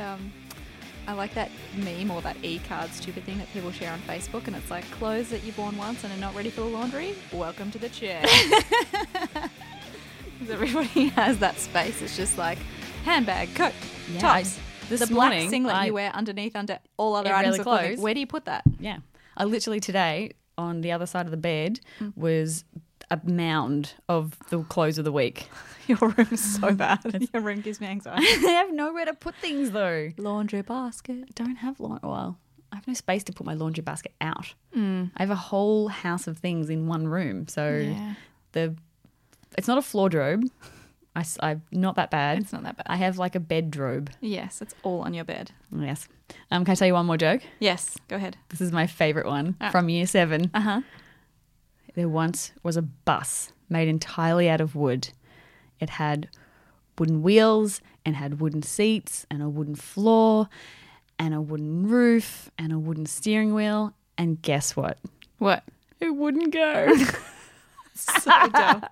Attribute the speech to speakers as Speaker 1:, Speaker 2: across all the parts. Speaker 1: um, like that meme or that e-card stupid thing that people share on Facebook, and it's like clothes that you've worn once and are not ready for the laundry. Welcome to the chair. 'Cause Everybody has that space. It's just like handbag, coat,
Speaker 2: Yeah,
Speaker 1: ties.
Speaker 2: I- this
Speaker 1: the black
Speaker 2: morning,
Speaker 1: singlet
Speaker 2: I-
Speaker 1: you wear underneath under all other
Speaker 2: It
Speaker 1: items
Speaker 2: really
Speaker 1: of clothing.
Speaker 2: close.
Speaker 1: Where do you put that?
Speaker 2: Yeah. I literally today on the other side of the bed was a mound of the clothes of the week.
Speaker 1: Your room is so bad. Your room gives me anxiety.
Speaker 2: I have nowhere to put things though.
Speaker 1: Laundry basket.
Speaker 2: don't have laundry. Well, I have no space to put my laundry basket out.
Speaker 1: Hmm.
Speaker 2: I have a whole house of things in one room. So
Speaker 1: Yeah.
Speaker 2: the it's not a floor drobe. I, am not that bad.
Speaker 1: It's not that bad.
Speaker 2: I have like a bed drobe.
Speaker 1: Yes, it's all on your bed.
Speaker 2: Yes. Um, can I tell you one more joke?
Speaker 1: Yes, go ahead.
Speaker 2: This is my favorite one
Speaker 1: Ah.
Speaker 2: from year seven.
Speaker 1: Uh huh.
Speaker 2: There once was a bus made entirely out of wood. It had wooden wheels and had wooden seats and a wooden floor and a wooden roof and a wooden steering wheel. And guess what?
Speaker 1: What?
Speaker 2: It wouldn't go.
Speaker 1: so dumb.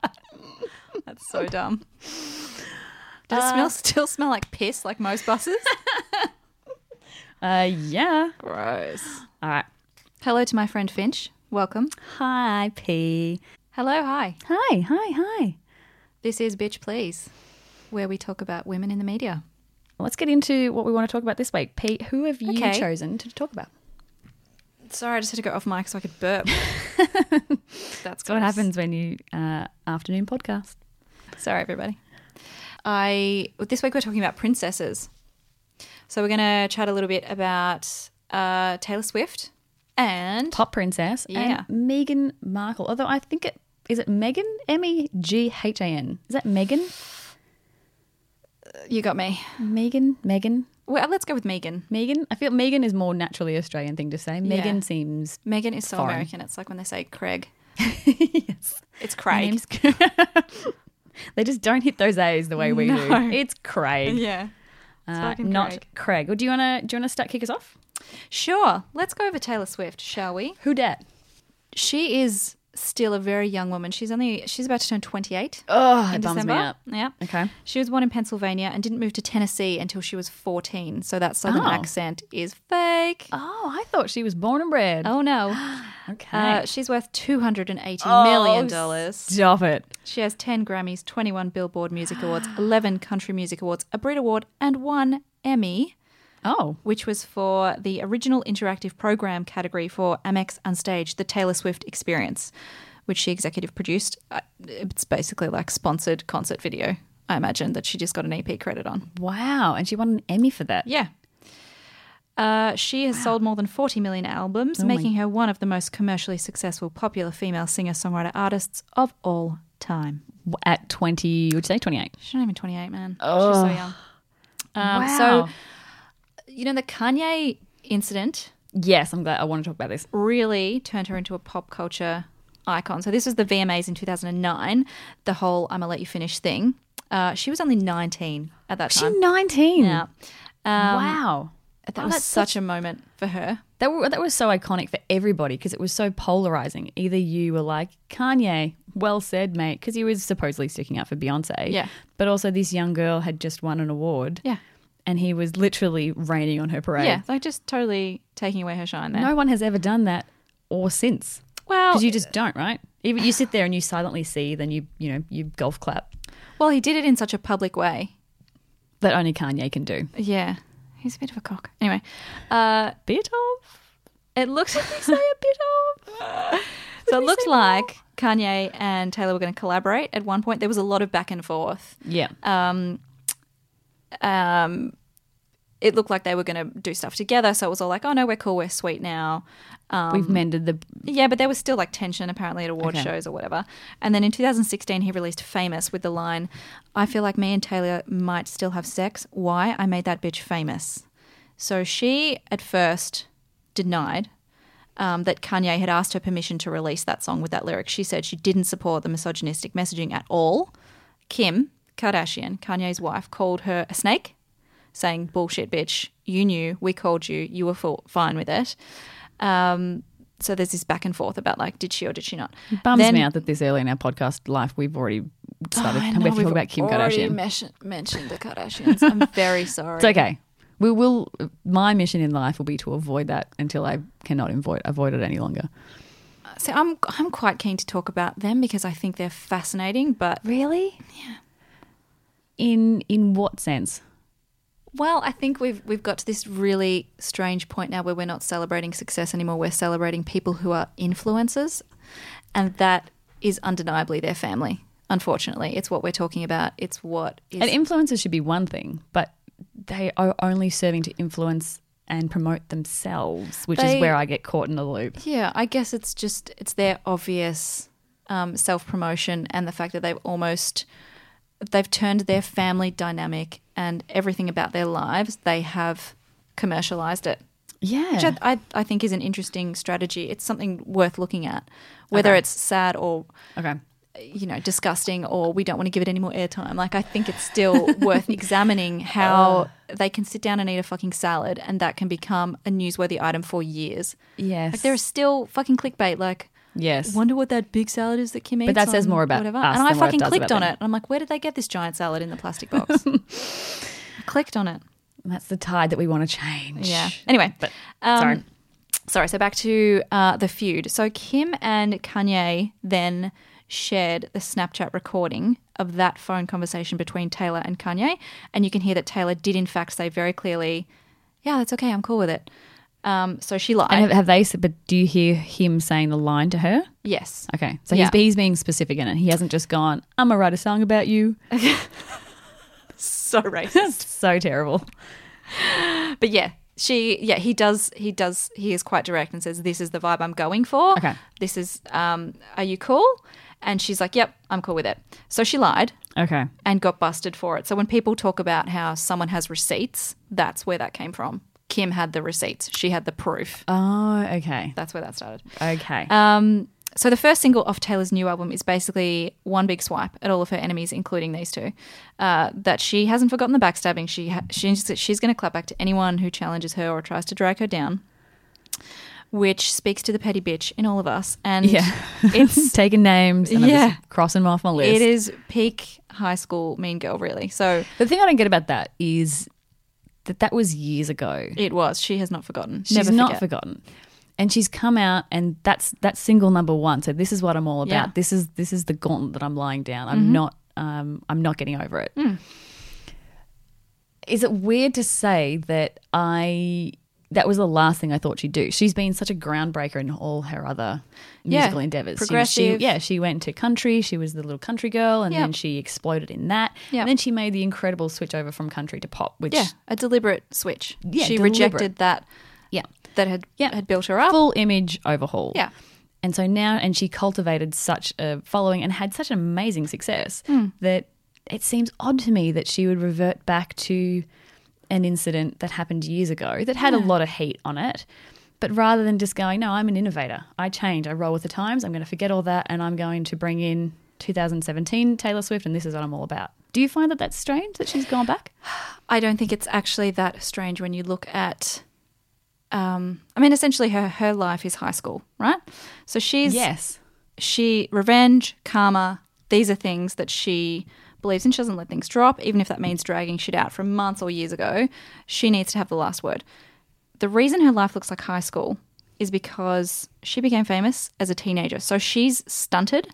Speaker 1: That's so dumb. Does it smell still smell like piss like most buses?
Speaker 2: uh, yeah.
Speaker 1: Gross.
Speaker 2: All right.
Speaker 1: Hello to my friend Finch. Welcome.
Speaker 2: Hi, P.
Speaker 1: Hello, hi.
Speaker 2: Hi, hi, hi.
Speaker 1: This is Bitch Please, where we talk about women in the media.
Speaker 2: Let's get into what we want to talk about this week. Pete, who have you
Speaker 1: Okay.
Speaker 2: chosen to talk about?
Speaker 1: Sorry, I just had to go off mic so I could burp. That's
Speaker 2: That's what
Speaker 1: gross.
Speaker 2: happens when you uh, afternoon podcast.
Speaker 1: Sorry, everybody. I this week we're talking about princesses, so we're going to chat a little bit about uh, Taylor Swift and
Speaker 2: Pop Princess
Speaker 1: Yeah.
Speaker 2: and Megan Markle. Although I think it is it Megan M E G H A N. Is that Megan?
Speaker 1: you got me.
Speaker 2: Megan? Megan?
Speaker 1: Well, let's go with Megan.
Speaker 2: Megan? I feel Megan is more naturally Australian thing to say. Megan
Speaker 1: Yeah.
Speaker 2: seems
Speaker 1: Megan is so
Speaker 2: Foreign.
Speaker 1: American. It's like when they say Craig.
Speaker 2: yes.
Speaker 1: It's
Speaker 2: Her
Speaker 1: Craig.
Speaker 2: name's- they just don't hit those A's the way we
Speaker 1: No.
Speaker 2: do. It's Craig,
Speaker 1: yeah.
Speaker 2: uh,
Speaker 1: fucking
Speaker 2: not
Speaker 1: Craig.
Speaker 2: Craig. Well, do you wanna do you wanna start kick us off?
Speaker 1: Sure. Let's go over Taylor Swift, shall we?
Speaker 2: Who dat?
Speaker 1: She is still a very young woman. She's only she's about to turn 28
Speaker 2: Oh, it
Speaker 1: in
Speaker 2: bums
Speaker 1: December.
Speaker 2: me up.
Speaker 1: Yeah.
Speaker 2: Okay.
Speaker 1: She was born in Pennsylvania and didn't move to Tennessee until she was 14. So that southern
Speaker 2: Oh.
Speaker 1: accent is fake.
Speaker 2: Oh, I thought she was born and bred.
Speaker 1: Oh no.
Speaker 2: okay.
Speaker 1: Uh, she's worth two hundred and eighty
Speaker 2: Oh,
Speaker 1: million dollars.
Speaker 2: Stop it.
Speaker 1: She has ten Grammys, twenty-one Billboard Music Awards, eleven Country Music Awards, a Brit Award, and one Emmy,
Speaker 2: Oh.
Speaker 1: which was for the original interactive program category for Amex Unstage, the Taylor Swift Experience, which she executive produced. Uh, It's basically like sponsored concert video. I imagine that she just got an EP credit on.
Speaker 2: Wow. And she won an Emmy for that.
Speaker 1: Yeah. Uh, she has sold more than 40 million albums, making her one of the most commercially successful popular female singer songwriter artists of all time.
Speaker 2: At 20, would you say 28?
Speaker 1: She's not even 28, man. She's so young. Um,
Speaker 2: Wow.
Speaker 1: So, you know, the Kanye incident
Speaker 2: Yes, I'm glad. I want to talk about this.
Speaker 1: really turned her into a pop culture icon. So, this was the VMAs in 2009, the whole I'm gonna let you finish thing. Uh, she was only 19 at that
Speaker 2: She's
Speaker 1: time.
Speaker 2: 19.
Speaker 1: Yeah. Um,
Speaker 2: wow.
Speaker 1: That
Speaker 2: Oh,
Speaker 1: was
Speaker 2: that's
Speaker 1: such a moment for her.
Speaker 2: That, were, that was so iconic for everybody because it was so polarizing. Either you were like, Kanye, well said, mate, because he was supposedly sticking up for Beyonce.
Speaker 1: Yeah.
Speaker 2: But also, this young girl had just won an award
Speaker 1: Yeah.
Speaker 2: and he was literally raining on her parade.
Speaker 1: Yeah, like just totally taking away her shine there.
Speaker 2: No one has ever done that or since
Speaker 1: well,
Speaker 2: because you just don't, right? Even you sit there and you silently see, then you, you know, you golf clap.
Speaker 1: well, he did it in such a public way.
Speaker 2: That only Kanye can do.
Speaker 1: Yeah, he's a bit of a cock. Anyway, uh,
Speaker 2: Bit of.
Speaker 1: it looks
Speaker 2: Say a bit of.
Speaker 1: so. It looks like Kanye and Taylor were going to collaborate at one point. There was a lot of back and forth.
Speaker 2: Yeah.
Speaker 1: Um, um, it looked like they were going to do stuff together. So it was all like, oh no, we're cool, we're sweet now. Um,
Speaker 2: We've mended the.
Speaker 1: Yeah, but there was still like tension apparently at award
Speaker 2: Okay.
Speaker 1: shows or whatever. And then in 2016, he released Famous with the line, I feel like me and Taylor might still have sex. Why? I made that bitch famous. So she at first denied um, that Kanye had asked her permission to release that song with that lyric. She said she didn't support the misogynistic messaging at all. Kim Kardashian, Kanye's wife, called her a snake, saying, Bullshit, bitch. You knew. We called you. You were full, fine with it. Um, so there's this back and forth about like, did she or did she not?
Speaker 2: Bums
Speaker 1: Then- Oh,
Speaker 2: me out that this early in our podcast life, we've already started.
Speaker 1: I
Speaker 2: we
Speaker 1: know
Speaker 2: have to
Speaker 1: we've
Speaker 2: talk about Kim
Speaker 1: already
Speaker 2: Kardashian.
Speaker 1: mesh- mentioned the Kardashians. I'm very sorry.
Speaker 2: It's okay. We will. My mission in life will be to avoid that until I cannot avoid avoid it any longer.
Speaker 1: So I'm I'm quite keen to talk about them because I think they're fascinating. But
Speaker 2: Really? Yeah. In in what sense?
Speaker 1: well, I think we've we've got to this really strange point now where we're not celebrating success anymore. We're celebrating people who are influencers, and that is undeniably their family. Unfortunately, it's what we're talking about. It's what is
Speaker 2: And influencers should be one thing, but they are only serving to influence and promote themselves, which
Speaker 1: They-
Speaker 2: is where I get caught in the loop.
Speaker 1: Yeah, I guess it's just it's their obvious um, self promotion and the fact that they've almost they've turned their family dynamic and everything about their lives they have commercialized it,
Speaker 2: Yeah.
Speaker 1: which I, I I think is an interesting strategy. It's something worth looking at, whether
Speaker 2: Okay.
Speaker 1: it's sad or
Speaker 2: okay.
Speaker 1: you know disgusting or we don't want to give it any more airtime. Like I think it's still worth examining how
Speaker 2: Oh.
Speaker 1: they can sit down and eat a fucking salad and that can become a newsworthy item for years.
Speaker 2: Yes.
Speaker 1: Like there is still fucking clickbait. Like
Speaker 2: yes.
Speaker 1: wonder what that big salad is that Kim eats.
Speaker 2: that says
Speaker 1: on
Speaker 2: more about
Speaker 1: whatever.
Speaker 2: us
Speaker 1: And I
Speaker 2: than what it
Speaker 1: fucking
Speaker 2: does
Speaker 1: clicked
Speaker 2: about
Speaker 1: on
Speaker 2: them.
Speaker 1: it. And I'm like, where did they get this giant salad in the plastic box? I clicked on it.
Speaker 2: That's the tide that we want to change.
Speaker 1: Yeah. Anyway,
Speaker 2: But
Speaker 1: um,
Speaker 2: sorry.
Speaker 1: sorry. So back to uh, the feud. So Kim and Kanye then shared the Snapchat recording of that phone conversation between Taylor and Kanye, and you can hear that Taylor did in fact say very clearly, "Yeah, that's okay. I'm cool with it." Um, so she lied.
Speaker 2: And have, have they? said- But do you hear him saying the line to her?
Speaker 1: yes.
Speaker 2: Okay, so
Speaker 1: Yeah.
Speaker 2: he's he's being specific in it. He hasn't just gone. I'm gonna write a song about you.
Speaker 1: So racist.
Speaker 2: It's so terrible.
Speaker 1: But yeah, she yeah he does he does he is quite direct and says this is the vibe I'm going for.
Speaker 2: Okay.
Speaker 1: This is um are you cool? And she's like, "Yep, I'm cool with it." So she lied
Speaker 2: Okay,
Speaker 1: and got busted for it. So when people talk about how someone has receipts, that's where that came from. Kim had the receipts. She had the proof.
Speaker 2: Oh, okay.
Speaker 1: That's where that started.
Speaker 2: Okay.
Speaker 1: Um, so the first single off Taylor's new album is basically one big swipe at all of her enemies, including these two. Uh, that she hasn't forgotten the backstabbing. She ha- she's, she's going to clap back to anyone who challenges her or tries to drag her down. Which speaks to the petty bitch in all of us, and
Speaker 2: Yeah.
Speaker 1: it's
Speaker 2: Taking names and
Speaker 1: Yeah.
Speaker 2: I'm just crossing them off my list.
Speaker 1: it is peak high school mean girl, really. So
Speaker 2: The thing I don't get about that is that that was years ago.
Speaker 1: it was. She has not forgotten.
Speaker 2: She's
Speaker 1: Never
Speaker 2: not
Speaker 1: forget.
Speaker 2: forgotten. And she's come out and that's that's single number one. So this is what I'm all about.
Speaker 1: Yeah. Mm-hmm.
Speaker 2: This is this is the gauntlet that I'm lying down. I'm not um, I'm not getting over it. Is
Speaker 1: Mm.
Speaker 2: it weird to say that I that was the last thing I thought she'd do? She's been such a groundbreaker in all her other
Speaker 1: Yeah.
Speaker 2: musical endeavors. You know, she-
Speaker 1: Progressive.
Speaker 2: yeah, she went to country. She was the little country girl, and
Speaker 1: Yeah.
Speaker 2: then she exploded in that.
Speaker 1: Yeah.
Speaker 2: And then she made the incredible switch over from country to pop, which
Speaker 1: Yeah, a deliberate switch.
Speaker 2: Yeah,
Speaker 1: she
Speaker 2: deliberate.
Speaker 1: rejected that
Speaker 2: yeah,
Speaker 1: that had
Speaker 2: Yeah.
Speaker 1: had built her up.
Speaker 2: full image overhaul.
Speaker 1: Yeah.
Speaker 2: And so now, and she cultivated such a following and had such an amazing success
Speaker 1: Hmm.
Speaker 2: that it seems odd to me that she would revert back to an incident that happened years ago that had a lot of heat on it. But rather than just going, no, I'm an innovator. I change. I roll with the times. I'm going to forget all that and I'm going to bring in 2017 Taylor Swift and this is what I'm all about. Do you find that that's strange that she's gone back?
Speaker 1: I don't think it's actually that strange when you look at. Um, I mean, essentially, her her life is high school, right? So she's
Speaker 2: Yes.
Speaker 1: she revenge, karma. These are things that she believes in. She doesn't let things drop, even if that means dragging shit out from months or years ago. She needs to have the last word. The reason her life looks like high school is because she became famous as a teenager. So she's stunted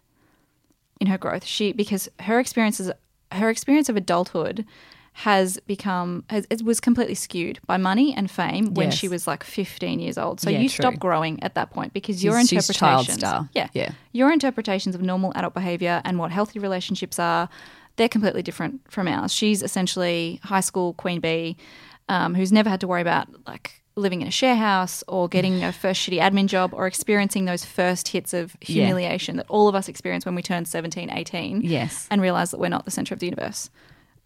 Speaker 1: in her growth. She because her experiences her experience of adulthood has become has, it was completely skewed by money and fame when
Speaker 2: Yes.
Speaker 1: she was like 15 years old. So
Speaker 2: Yeah,
Speaker 1: you
Speaker 2: true.
Speaker 1: stop growing at that point because your
Speaker 2: She's- she's child
Speaker 1: interpretations
Speaker 2: star.
Speaker 1: Yeah.
Speaker 2: Yeah.
Speaker 1: Your interpretations of normal adult behavior and what healthy relationships are, they're completely different from ours. She's essentially high school queen bee um, who's never had to worry about like living in a share house or getting a first shitty admin job or experiencing those first hits of humiliation that all of us experience when we turn 17, 18
Speaker 2: Yes.
Speaker 1: and realize that we're not the center of the universe.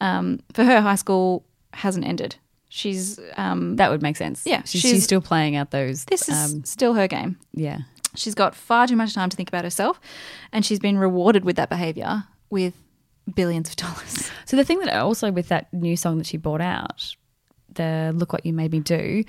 Speaker 1: Um, for her, high school hasn't ended. She's, um,
Speaker 2: That would make sense.
Speaker 1: Yeah,
Speaker 2: She's,
Speaker 1: she's-
Speaker 2: she's, still playing out those.
Speaker 1: this is
Speaker 2: Um,
Speaker 1: still her game.
Speaker 2: yeah.
Speaker 1: She's got far too much time to think about herself, and she's been rewarded with that behavior with billions of dollars.
Speaker 2: So the thing that also with that new song that she brought out, the "Look What You Made Me Do,"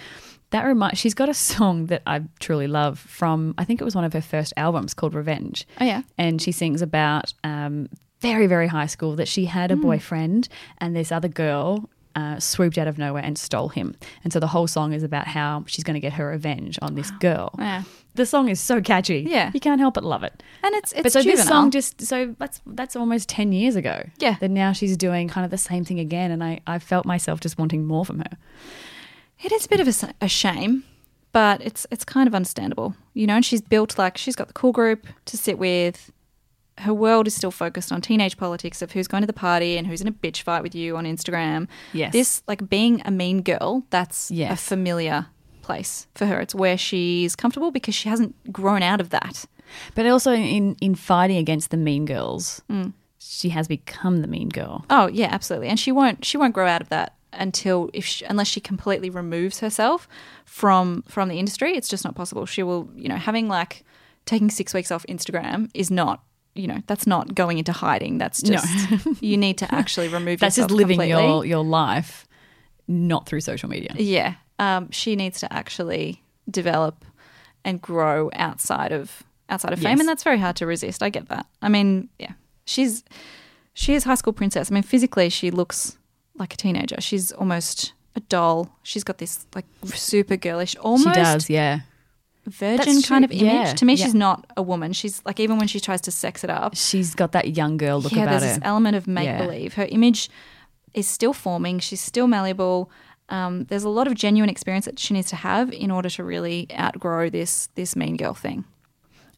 Speaker 2: that remind she's got a song that I truly love from I think it was one of her first albums called "Revenge."
Speaker 1: Oh, yeah.
Speaker 2: and she sings about um, very very high school that she had a boyfriend and this other girl uh, swooped out of nowhere and stole him. And so the whole song is about how she's going to get her revenge on this girl.
Speaker 1: Yeah.
Speaker 2: The song is so catchy.
Speaker 1: Yeah.
Speaker 2: You can't help but love it.
Speaker 1: And it's it's
Speaker 2: but so
Speaker 1: juvenile.
Speaker 2: this song just so that's that's almost ten years ago.
Speaker 1: Yeah.
Speaker 2: That now she's doing kind of the same thing again, and I I felt myself just wanting more from her.
Speaker 1: It is a bit of a, s- a shame, but it's it's kind of understandable, you know. And she's built like she's got the cool group to sit with. Her world is still focused on teenage politics of who's going to the party and who's in a bitch fight with you on Instagram.
Speaker 2: Yes.
Speaker 1: this like being a mean girl. That's a
Speaker 2: Yes.
Speaker 1: familiar place for her. It's where she's comfortable because she hasn't grown out of that.
Speaker 2: But also in in fighting against the mean girls,
Speaker 1: Mm.
Speaker 2: she has become the mean girl.
Speaker 1: Oh yeah, absolutely. And she won't she won't grow out of that until if she, unless she completely removes herself from from the industry, it's just not possible. She will, you know, having like taking 6 weeks off Instagram is not you know that's not going into hiding. That's
Speaker 2: No.
Speaker 1: just you need to actually remove.
Speaker 2: That's just
Speaker 1: yourself
Speaker 2: living
Speaker 1: completely.
Speaker 2: your your life, not through social media.
Speaker 1: Yeah. Um, she needs to actually develop and grow outside of outside of fame,
Speaker 2: Yes.
Speaker 1: and that's very hard to resist. I get that. I mean, yeah, she's she is high school princess. I mean, physically she looks like a teenager. She's almost a doll. She's got this like super girlish, almost
Speaker 2: She does, yeah.
Speaker 1: virgin
Speaker 2: That's
Speaker 1: kind of
Speaker 2: true.
Speaker 1: image.
Speaker 2: Yeah.
Speaker 1: To me,
Speaker 2: Yeah.
Speaker 1: she's not a woman. She's like even when she tries to sex it up,
Speaker 2: She's got that young girl look
Speaker 1: yeah,
Speaker 2: about
Speaker 1: there's this
Speaker 2: her.
Speaker 1: element of make
Speaker 2: Yeah.
Speaker 1: believe. Her image is still forming. She's still malleable. Um, there's a lot of genuine experience that she needs to have in order to really outgrow this this mean girl thing.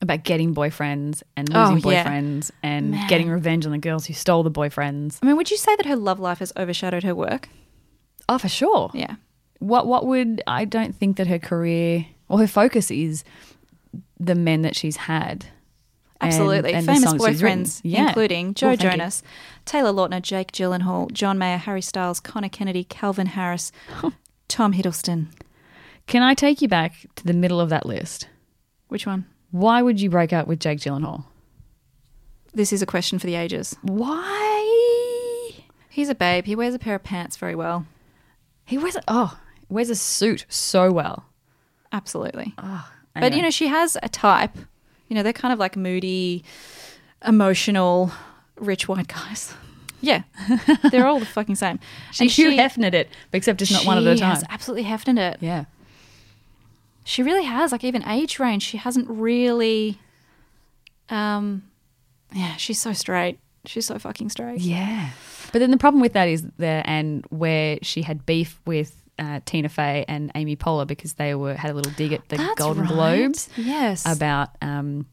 Speaker 2: about getting boyfriends and
Speaker 1: uh, Oh,
Speaker 2: losing
Speaker 1: yeah.
Speaker 2: boyfriends and
Speaker 1: Man.
Speaker 2: getting revenge on the girls who stole the boyfriends.
Speaker 1: I mean, would you say that her love life has overshadowed her work?
Speaker 2: Oh, for sure.
Speaker 1: Yeah.
Speaker 2: What what would I don't think that her career or her focus is the men that she's had. and-
Speaker 1: Absolutely.
Speaker 2: and the
Speaker 1: Famous
Speaker 2: songs she's written.
Speaker 1: boyfriends,
Speaker 2: Yeah.
Speaker 1: including Joe
Speaker 2: Well, thank you.
Speaker 1: Jonas, Taylor Lautner, Jake Gyllenhaal, John Mayer, Harry Styles, Connor Kennedy, Calvin Harris, Tom Hiddleston.
Speaker 2: Can I take you back to the middle of that list?
Speaker 1: Which one?
Speaker 2: Why would you break up with Jake Gyllenhaal?
Speaker 1: This is a question for the ages.
Speaker 2: Why?
Speaker 1: He's a babe. He wears a pair of pants very well.
Speaker 2: He wears a, oh wears a suit so well.
Speaker 1: Absolutely.
Speaker 2: Oh,
Speaker 1: But you know, she has a type. You know, they're kind of like moody, emotional, rich white guys. Yeah, they're all the fucking same.
Speaker 2: she
Speaker 1: And
Speaker 2: Hugh Hefnered it, but except it's not one at a
Speaker 1: she
Speaker 2: time.
Speaker 1: has absolutely hefted it.
Speaker 2: yeah.
Speaker 1: She really has. Like even age range, she hasn't really. Um, yeah, she's so straight. She's so fucking straight.
Speaker 2: Yeah. But then the problem with that is there and where she had beef with uh, Tina Fey and Amy Poehler because they were had a little dig at the
Speaker 1: That's
Speaker 2: Golden
Speaker 1: right.
Speaker 2: Globes
Speaker 1: Yes.
Speaker 2: about um,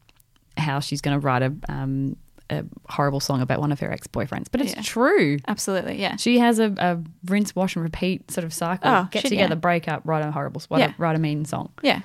Speaker 2: how she's going to write a, um, a horrible song about one of her ex boyfriends. But it's
Speaker 1: Yeah.
Speaker 2: true.
Speaker 1: absolutely. Yeah.
Speaker 2: She has a, a rinse, wash, and repeat sort of cycle.
Speaker 1: Oh,
Speaker 2: Get
Speaker 1: shit,
Speaker 2: together,
Speaker 1: yeah.
Speaker 2: break up, write a horrible, write,
Speaker 1: Yeah.
Speaker 2: a, write a mean song.
Speaker 1: Yeah.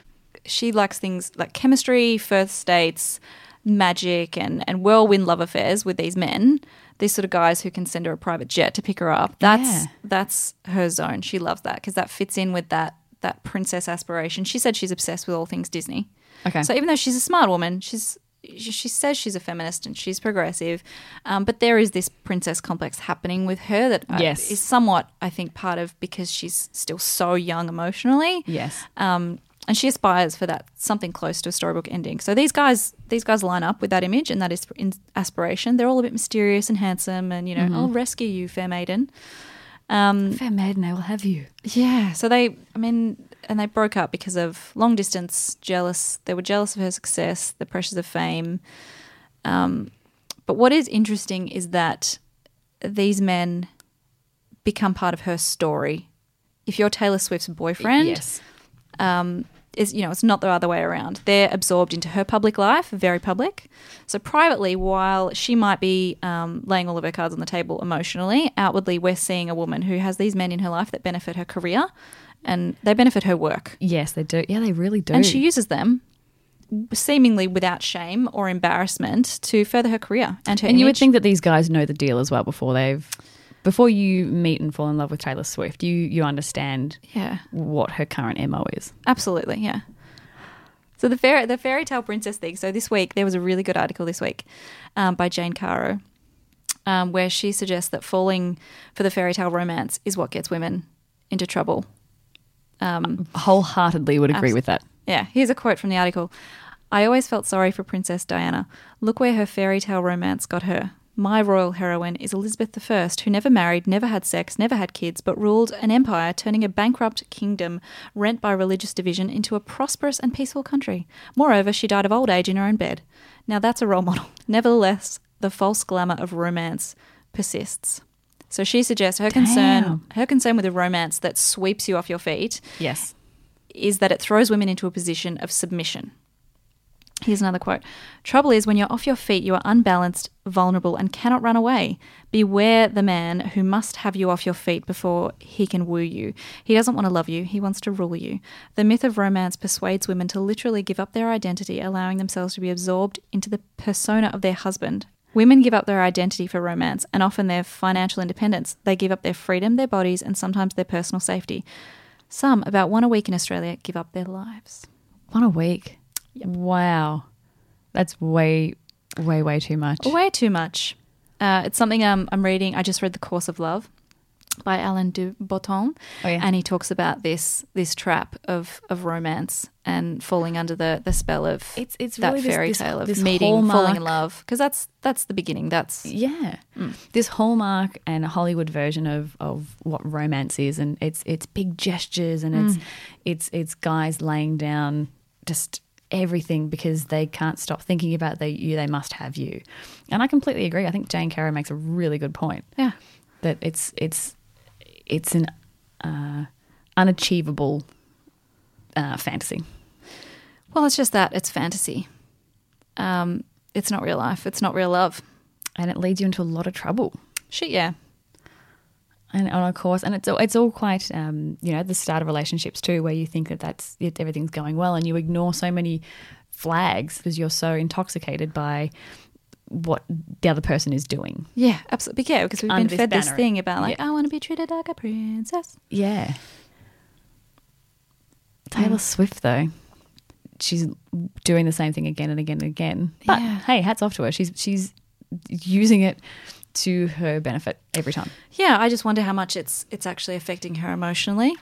Speaker 1: She likes things like chemistry, first dates, magic, and, and whirlwind love affairs with these men. These sort of guys who can send her a private jet to pick her up. That's
Speaker 2: Yeah.
Speaker 1: that's her zone. She loves that because that fits in with that that princess aspiration. She said she's obsessed with all things Disney.
Speaker 2: Okay.
Speaker 1: So even though she's a smart woman, she's she, she says she's a feminist and she's progressive, um, but there is this princess complex happening with her that uh,
Speaker 2: Yes.
Speaker 1: is somewhat, I think, part of because she's still so young emotionally
Speaker 2: yes.
Speaker 1: um, and she aspires for that something close to a storybook ending. So these guys, these guys line up with that image and that is in aspiration. They're all a bit mysterious and handsome, and you know, I'll rescue you, fair maiden. Um,
Speaker 2: Fair maiden, I will have you.
Speaker 1: yeah. So they, I mean, and they broke up because of long distance, jealous. They were jealous of her success, the pressures of fame. Um, but what is interesting is that these men become part of her story. If you're Taylor Swift's boyfriend,
Speaker 2: Yes.
Speaker 1: um, is you know it's not the other way around. They're absorbed into her public life, very public. So privately, while she might be um, laying all of her cards on the table emotionally, outwardly we're seeing a woman who has these men in her life that benefit her career, and they benefit her work,
Speaker 2: Yes, they do. Yeah, they really do.
Speaker 1: and she uses them seemingly without shame or embarrassment to further her career and her.
Speaker 2: And you would
Speaker 1: image.
Speaker 2: think that these guys know the deal as well before they've before you meet and fall in love with Taylor Swift, you you understand
Speaker 1: yeah.
Speaker 2: what her current MO is.
Speaker 1: Absolutely, yeah. So the fairy the fairy tale princess thing. So this week there was a really good article this week um, by Jane Caro, um, where she suggests that falling for the fairy tale romance is what gets women into trouble. Um,
Speaker 2: Wholeheartedly would agree
Speaker 1: Abs-
Speaker 2: with that.
Speaker 1: yeah, here's a quote from the article. I always felt sorry for Princess Diana. Look where her fairy tale romance got her. My royal heroine is Elizabeth I, who never married, never had sex, never had kids, but ruled an empire, turning a bankrupt kingdom rent by religious division into a prosperous and peaceful country. Moreover, she died of old age in her own bed. Now that's a role model. Nevertheless, the false glamour of romance persists. So she suggests her concern her concern with a romance that sweeps you off your feet
Speaker 2: Yes.
Speaker 1: is that it throws women into a position of submission. Here's another quote Trouble is, when you're off your feet, you are unbalanced, vulnerable, and cannot run away. Beware the man who must have you off your feet before he can woo you. He doesn't want to love you, he wants to rule you. The myth of romance persuades women to literally give up their identity, allowing themselves to be absorbed into the persona of their husband. Women give up their identity for romance and often their financial independence. They give up their freedom, their bodies, and sometimes their personal safety. Some, about one a week in Australia, give up their lives.
Speaker 2: One a week. Wow. That's way, way, way too much.
Speaker 1: Way too much. Uh, it's something um, I'm reading. I just read The Course of Love by Alain de Botton,
Speaker 2: Oh, yeah.
Speaker 1: and he talks about this this trap of, of romance and falling under the, the spell of
Speaker 2: It's- it's
Speaker 1: that
Speaker 2: really this-
Speaker 1: fairy
Speaker 2: this-
Speaker 1: tale of
Speaker 2: this
Speaker 1: meeting, falling
Speaker 2: hallmark-
Speaker 1: in love, because that's that's the beginning. That's
Speaker 2: Yeah. This hallmark and Hollywood version of, of what romance is and it's it's big gestures and it's it's it's guys laying down just everything because they can't stop thinking about they you they must have you. And I completely agree. I think Jane Caro makes a really good point
Speaker 1: yeah,
Speaker 2: that it's it's it's an uh, unachievable uh, fantasy.
Speaker 1: well, it's just that it's fantasy. Um, it's not real life. It's not real love.
Speaker 2: And it leads you into a lot of trouble.
Speaker 1: Shit, yeah.
Speaker 2: and on a course and it's all, it's all quite um, you know the start of relationships too where you think that that's it, everything's going well and you ignore so many flags because you're so intoxicated by what the other person is doing
Speaker 1: Yeah, absolutely. Yeah, because we've
Speaker 2: Under
Speaker 1: been
Speaker 2: this
Speaker 1: fed this
Speaker 2: banner.
Speaker 1: thing about like,
Speaker 2: Yeah.
Speaker 1: I want to be treated like a princess.
Speaker 2: yeah taylor
Speaker 1: Mm.
Speaker 2: swift though she's doing the same thing again and again and again but
Speaker 1: Yeah.
Speaker 2: hey hats off to her she's she's using it to her benefit every time
Speaker 1: Yeah, I just wonder how much it's it's actually affecting her emotionally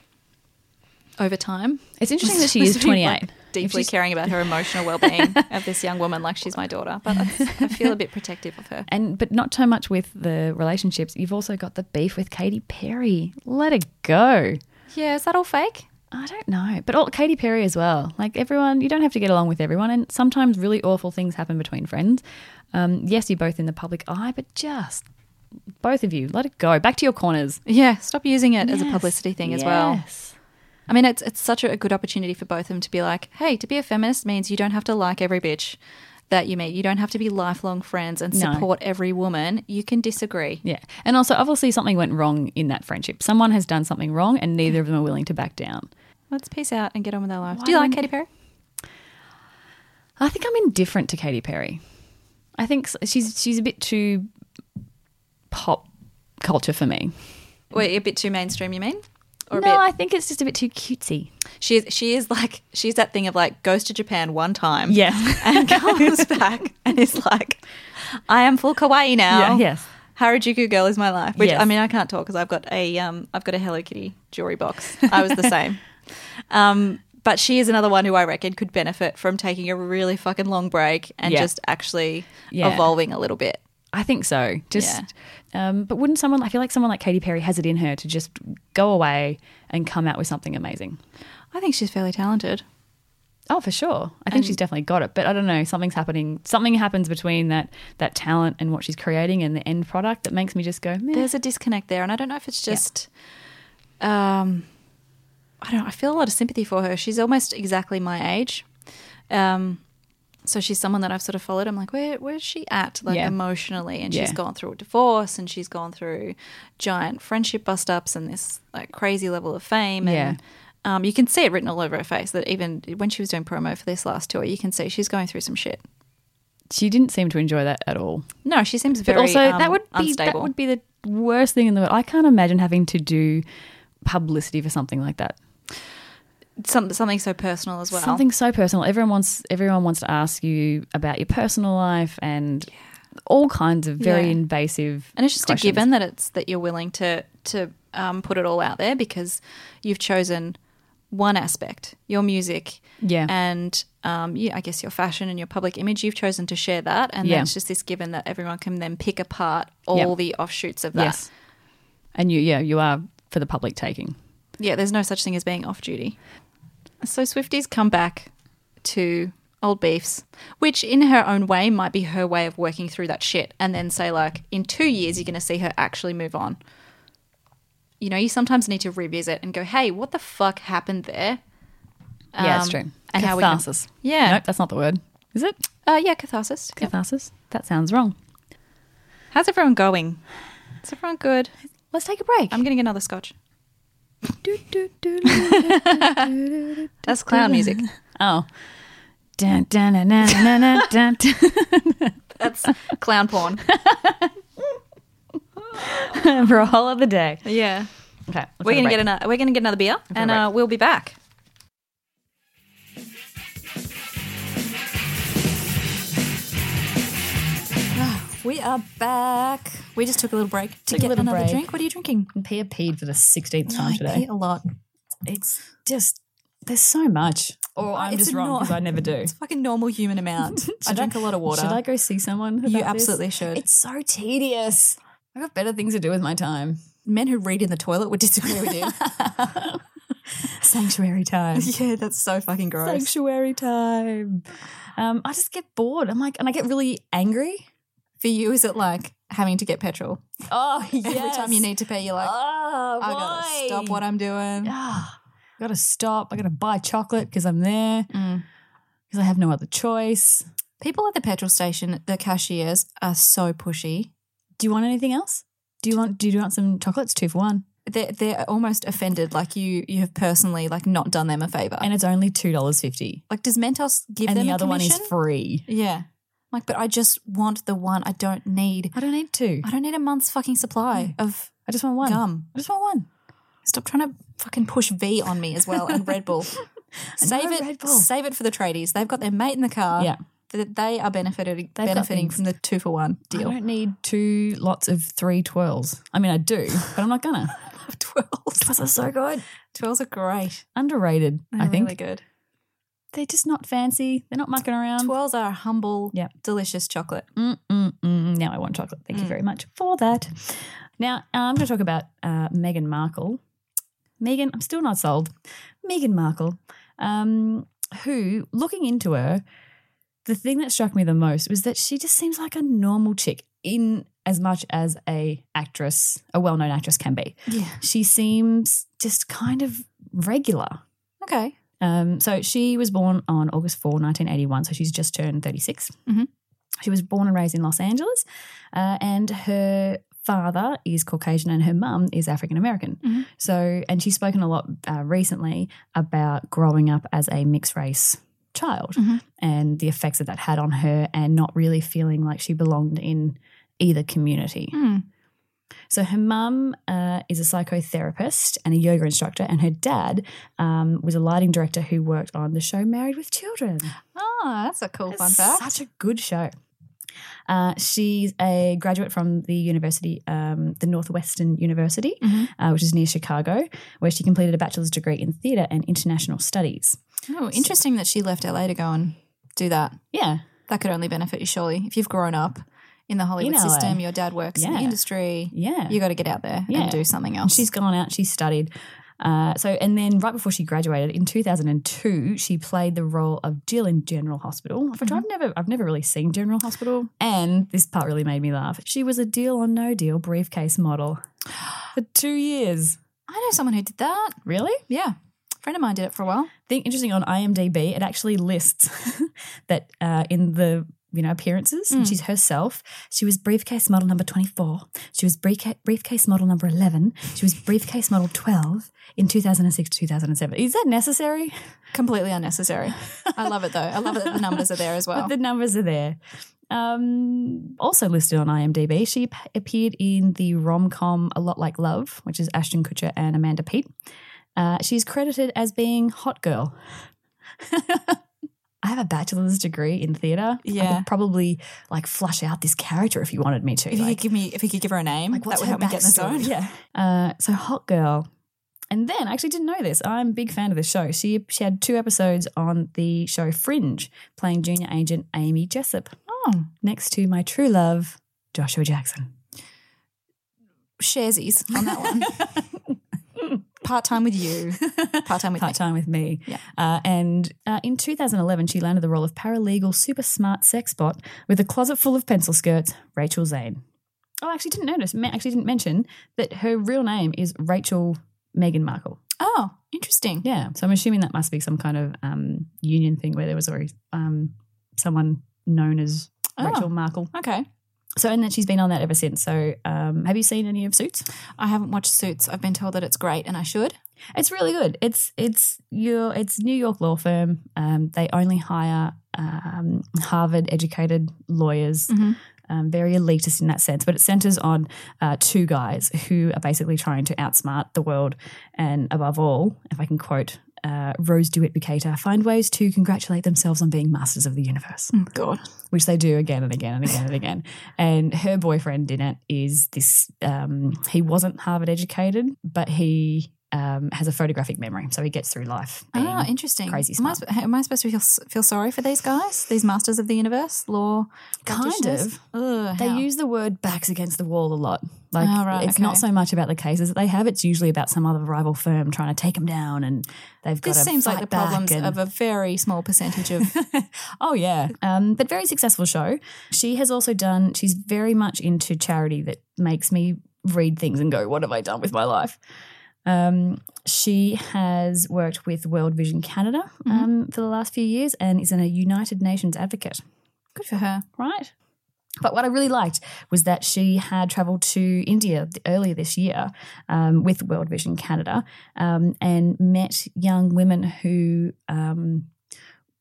Speaker 1: over time.
Speaker 2: it's interesting that she is
Speaker 1: Must be,
Speaker 2: 28
Speaker 1: like,
Speaker 2: If
Speaker 1: deeply
Speaker 2: she's-
Speaker 1: caring about her emotional well-being of this young woman, like she's my daughter. But that's, I feel a bit protective of her.
Speaker 2: and but not so much with the relationships. You've also got the beef with Katy Perry. Let it go.
Speaker 1: Yeah, is that all fake?
Speaker 2: I don't know, but all, Katy Perry as well. Like everyone, you don't have to get along with everyone, and sometimes really awful things happen between friends. Um, yes, you're both in the public eye, but just both of you, let it go. Back to your corners
Speaker 1: Yeah, stop using it as a
Speaker 2: Yes.
Speaker 1: publicity thing as well.
Speaker 2: Yes.
Speaker 1: I mean, it's it's such a good opportunity for both of them to be like, hey, to be a feminist means you don't have to like every bitch that you meet. You don't have to be lifelong friends and
Speaker 2: No.
Speaker 1: support every woman. You can disagree.
Speaker 2: Yeah, and also obviously something went wrong in that friendship. Someone has done something wrong, and neither of them are willing to back down.
Speaker 1: Let's peace out and get on with our lives.
Speaker 2: Why
Speaker 1: Do you like
Speaker 2: wouldn't-
Speaker 1: Katy Perry?
Speaker 2: I think I'm indifferent to Katy Perry. I think s- she's she's a bit too pop culture for me.
Speaker 1: Wait, a bit too mainstream, you mean? Or
Speaker 2: no,
Speaker 1: a bit?
Speaker 2: I think it's just a bit too cutesy.
Speaker 1: She's she is like she's that thing of like goes to Japan one time,
Speaker 2: Yeah.
Speaker 1: and comes back and is like, I am full kawaii now.
Speaker 2: Yeah, yes.
Speaker 1: Harajuku girl is my life. Which
Speaker 2: Yes.
Speaker 1: I mean, I can't talk because I've got a um I've got a Hello Kitty jewelry box. I was the same. Um, but she is another one who I reckon could benefit from taking a really fucking long break and
Speaker 2: Yeah.
Speaker 1: just actually
Speaker 2: Yeah.
Speaker 1: evolving a little bit.
Speaker 2: I think so. Just, um, but wouldn't someone? I feel like someone like Katy Perry has it in her to just go away and come out with something amazing.
Speaker 1: I think she's fairly talented.
Speaker 2: Oh, for sure. I think she's definitely got it. But I don't know. Something's happening. Something happens between that that talent and what she's creating and the end product that makes me just go. Meh.
Speaker 1: there's a disconnect there and i don't know if it's just um i don't know i feel a lot of sympathy for her she's almost exactly my age um so she's someone that i've sort of followed i'm like where where's she at like
Speaker 2: Yeah.
Speaker 1: emotionally and she's
Speaker 2: Yeah.
Speaker 1: gone through a divorce and she's gone through giant friendship bust ups and this like crazy level of fame
Speaker 2: Yeah.
Speaker 1: and um, you can see it written all over her face that even when she was doing promo for this last tour you can see she's going through some shit
Speaker 2: She didn't seem to enjoy that at all.
Speaker 1: no she seems
Speaker 2: But
Speaker 1: very
Speaker 2: also, that
Speaker 1: um,
Speaker 2: would be
Speaker 1: unstable
Speaker 2: that would be the worst thing in the world. I can't imagine having to do publicity for something like that.
Speaker 1: Some, something so personal as well
Speaker 2: Something so personal. Everyone wants everyone wants to ask you about your personal life and all kinds of very
Speaker 1: Yeah.
Speaker 2: invasive.
Speaker 1: and it's just
Speaker 2: questions.
Speaker 1: a given that it's that you're willing to to um, put it all out there because you've chosen one aspect, your music,
Speaker 3: Yeah.
Speaker 1: and um, yeah, I guess your fashion and your public image. You've chosen to share that, and
Speaker 3: Yeah.
Speaker 1: then it's just this given that everyone can then pick apart all
Speaker 3: Yeah.
Speaker 1: the offshoots of that.
Speaker 3: Yes. And you, yeah, you are for the public taking.
Speaker 1: Yeah, there's no such thing as being off duty. So Swifties come back to old beefs, which in her own way might be her way of working through that shit, and then say like, in two years you're going to see her actually move on. You know, you sometimes need to revisit and go, hey, what the fuck happened there?
Speaker 3: yeah, it's
Speaker 1: Um,
Speaker 3: true.
Speaker 1: and how we can-
Speaker 3: catharsis.
Speaker 1: Yeah.
Speaker 3: Nope, that's not the word. Is it?
Speaker 1: Uh, yeah, catharsis. Yep.
Speaker 3: Catharsis? That sounds wrong.
Speaker 1: How's everyone going? Is everyone good?
Speaker 3: Let's take a break.
Speaker 2: Um,
Speaker 1: I'm getting another scotch.
Speaker 3: Do, do, do,
Speaker 1: That's clown music.
Speaker 3: oh. Dun, dun, dun, dun, dun, dun, dun, dun.
Speaker 1: That's clown porn.
Speaker 3: for all of the day.
Speaker 1: Yeah.
Speaker 3: Okay, let's
Speaker 1: we're
Speaker 3: have a
Speaker 1: gonna
Speaker 3: break.
Speaker 1: get another. We're gonna get another beer, and
Speaker 3: break.
Speaker 1: uh, we'll be back. We are back. We just took a little break to
Speaker 2: Took a
Speaker 1: get
Speaker 2: little
Speaker 1: another
Speaker 2: break.
Speaker 1: drink. What are you drinking?
Speaker 2: And Pia peed for the 16th time
Speaker 1: I
Speaker 2: today.
Speaker 1: pee a lot.
Speaker 2: It's just, there's so much. Or I'm
Speaker 1: Oh, It's
Speaker 2: just wrong
Speaker 1: not-
Speaker 2: because I never do.
Speaker 1: It's like a normal human amount. I drink a lot of water.
Speaker 2: Should I go see someone?
Speaker 1: you
Speaker 2: about this?
Speaker 1: absolutely should.
Speaker 2: It's so tedious. I've got better things to do with my time.
Speaker 1: Men who read in the toilet would disagree with you.
Speaker 2: Sanctuary time.
Speaker 1: yeah, that's so fucking gross.
Speaker 2: Sanctuary time. Um, I just get bored. I'm like, and I get really angry.
Speaker 1: For you, is it like having to get petrol
Speaker 2: Oh, yes.
Speaker 1: every time you need to pee? You're like,
Speaker 2: Oh,
Speaker 1: I gotta stop what I'm doing.
Speaker 2: Ah, gotta stop. I gotta buy chocolate because I'm there
Speaker 1: Mm.
Speaker 2: because I have no other choice.
Speaker 1: People at the petrol station, the cashiers are so pushy.
Speaker 2: Do you want anything else? Do you want? Do you want some chocolates? Two for one,
Speaker 1: They're, they're almost offended, like you you have personally like not done them a favor.
Speaker 2: and it's only two dollars fifty.
Speaker 1: like, does Mentos Uh, give
Speaker 2: And
Speaker 1: them
Speaker 2: the
Speaker 1: a
Speaker 2: other one is
Speaker 1: commission?
Speaker 2: free.
Speaker 1: yeah. I'm Like, but I just want the one. I don't need.
Speaker 2: I don't need two.
Speaker 1: I don't need a month's fucking supply of
Speaker 2: I just want one.
Speaker 1: gum.
Speaker 2: I just want one.
Speaker 1: Stop trying to fucking push V on me as well and Red Bull. save
Speaker 2: Another
Speaker 1: it.
Speaker 2: Red Bull.
Speaker 1: Save it for the tradies. They've got their mate in the car.
Speaker 2: Yeah.
Speaker 1: That they are benefited,
Speaker 2: got
Speaker 1: benefiting
Speaker 2: things.
Speaker 1: from the two for one
Speaker 2: I
Speaker 1: deal.
Speaker 2: don't need two lots of three twirls. I mean, I do, but I'm not gonna.
Speaker 1: Twirls.
Speaker 2: Twirls are so good.
Speaker 1: Twirls are great.
Speaker 2: Underrated,
Speaker 1: They're
Speaker 2: I think.
Speaker 1: really good.
Speaker 2: They're just not fancy. They're not mucking around.
Speaker 1: Twirls are humble,
Speaker 2: Yep.
Speaker 1: delicious chocolate.
Speaker 2: Mm, mm, mm. Now I want chocolate. Thank you very much for that. Now I'm going to talk about uh, Meghan Markle. Meghan, I'm still not sold. Meghan Markle, um, who, looking into her, the thing that struck me the most was that she just seems like a normal chick in as much as a actress, a well-known actress can be.
Speaker 1: Yeah.
Speaker 2: She seems just kind of regular.
Speaker 1: Okay.
Speaker 2: Um, so she was born on August 4, 1981. So she's just turned 36.
Speaker 1: Mhm.
Speaker 2: She was born and raised in Los Angeles, uh, and her father is Caucasian and her mum is African American.
Speaker 1: Mhm.
Speaker 2: So, and she's spoken a lot uh, recently about growing up as a mixed race child
Speaker 1: Mhm.
Speaker 2: and the effects that that had on her, and not really feeling like she belonged in either community.
Speaker 1: Mm.
Speaker 2: So her mum uh, is a psychotherapist and a yoga instructor, and her dad um, was a lighting director who worked on the show Married with Children.
Speaker 1: Oh, that's a cool fun
Speaker 2: It's
Speaker 1: fact.
Speaker 2: Such a good show. Uh, she's a graduate from the university, um, the Northwestern University,
Speaker 1: Mhm.
Speaker 2: uh, which is near Chicago, where she completed a bachelor's degree in theatre and international studies.
Speaker 1: oh, interesting that she left LA to go and do that.
Speaker 2: Yeah,
Speaker 1: That could only benefit you, surely. If you've grown up in the Hollywood
Speaker 2: In LA.
Speaker 1: system, your dad works in the
Speaker 2: Yeah.
Speaker 1: industry,
Speaker 2: yeah.
Speaker 1: you got to get out there
Speaker 2: Yeah.
Speaker 1: and do something
Speaker 2: And
Speaker 1: else.
Speaker 2: she's gone out, she's studied. Uh, so, and then right before she graduated in 2002, she played the role of Jill in General Hospital, which I've never, I've never really seen General Hospital. And this part really made me laugh. She was a deal or no deal briefcase model for two years.
Speaker 1: I know someone who did that.
Speaker 2: Really?
Speaker 1: Yeah. A friend of mine did it for a while.
Speaker 2: Think interesting on IMDb, it actually lists that uh, in the you know appearances, and she's herself. She was briefcase model number twenty four. She was briefcase, briefcase model number eleven. She was briefcase model twelve in two thousand and six to two thousand and seven. Is that necessary?
Speaker 1: Completely unnecessary. I love it though. I love it that the numbers are there as well.
Speaker 2: But the numbers are there. Um, also listed on IMDb, she p- appeared in the rom com A Lot Like Love, which is Ashton Kutcher and Amanda Peet. Uh, she's credited as being Hot Girl. I have a bachelor's degree in theatre. I
Speaker 1: Yeah.
Speaker 2: could probably like flush out this character if you wanted me to.
Speaker 1: if you
Speaker 2: like,
Speaker 1: could give me, if you could give her a name,
Speaker 2: like,
Speaker 1: that
Speaker 2: what's
Speaker 1: would
Speaker 2: her
Speaker 1: help me get in the zone.
Speaker 2: backstory? Yeah. Uh, so Hot Girl And then I actually didn't know this. I'm a big fan of the show. She she had two episodes on the show Fringe, playing junior agent Amy Jessup
Speaker 1: Oh,
Speaker 2: next to my true love, Joshua Jackson.
Speaker 1: sharesies on that one. Part time with you. Part time with
Speaker 2: part
Speaker 1: me.
Speaker 2: time with me.
Speaker 1: Yeah.
Speaker 2: Uh, and uh, in 2011, she landed the role of paralegal, super smart sex bot with a closet full of pencil skirts, Rachel Zane. Oh, I actually didn't notice. ma- Actually, didn't mention that her real name is Rachel Megan Markle.
Speaker 1: Oh, interesting.
Speaker 2: Yeah, so I'm assuming that must be some kind of um, union thing where there was already um, someone known as
Speaker 1: Oh.
Speaker 2: Rachel Markle.
Speaker 1: Okay.
Speaker 2: So, and then she's been on that ever since. So, um, have you seen any of Suits?
Speaker 1: I haven't watched Suits. I've been told that it's great and I should.
Speaker 2: It's really good. It's it's your it's New York law firm. Um, they only hire um, Harvard educated lawyers.
Speaker 1: Mhm.
Speaker 2: Um, very elitist in that sense, but it centers on uh, two guys who are basically trying to outsmart the world, and above all, if I can quote uh, Rose DeWitt Bucator, find ways to congratulate themselves on being masters of the universe
Speaker 1: Oh, God.
Speaker 2: which they do again and again and again and again. And her boyfriend in it is this. Um, he wasn't Harvard educated, but he um, has a photographic memory, so he gets through life. being-
Speaker 1: Oh, interesting.
Speaker 2: crazy
Speaker 1: Am I, sp- am I supposed to feel, feel sorry for these guys, these masters of the universe, law?
Speaker 2: Kind
Speaker 1: practitioners?
Speaker 2: of.
Speaker 1: Ugh,
Speaker 2: they
Speaker 1: how?
Speaker 2: use the word backs against the wall a lot. Like
Speaker 1: Oh, right,
Speaker 2: it's
Speaker 1: okay.
Speaker 2: not so much about the cases that they have; it's usually about some other rival firm trying to take them down, and they've got.
Speaker 1: This
Speaker 2: to
Speaker 1: seems like
Speaker 2: fight
Speaker 1: the
Speaker 2: back
Speaker 1: problems
Speaker 2: and-
Speaker 1: of a very small percentage of.
Speaker 2: oh yeah um, but very successful show she has also done she's very much into charity that makes me read things and go what have i done with my life um, she has worked with world vision canada
Speaker 1: Mm-hmm.
Speaker 2: um, for the last few years and is a united nations advocate
Speaker 1: Good for her.
Speaker 2: right? But what I really liked was that she had traveled to India th- earlier this year um, with World Vision Canada um, and met young women who um,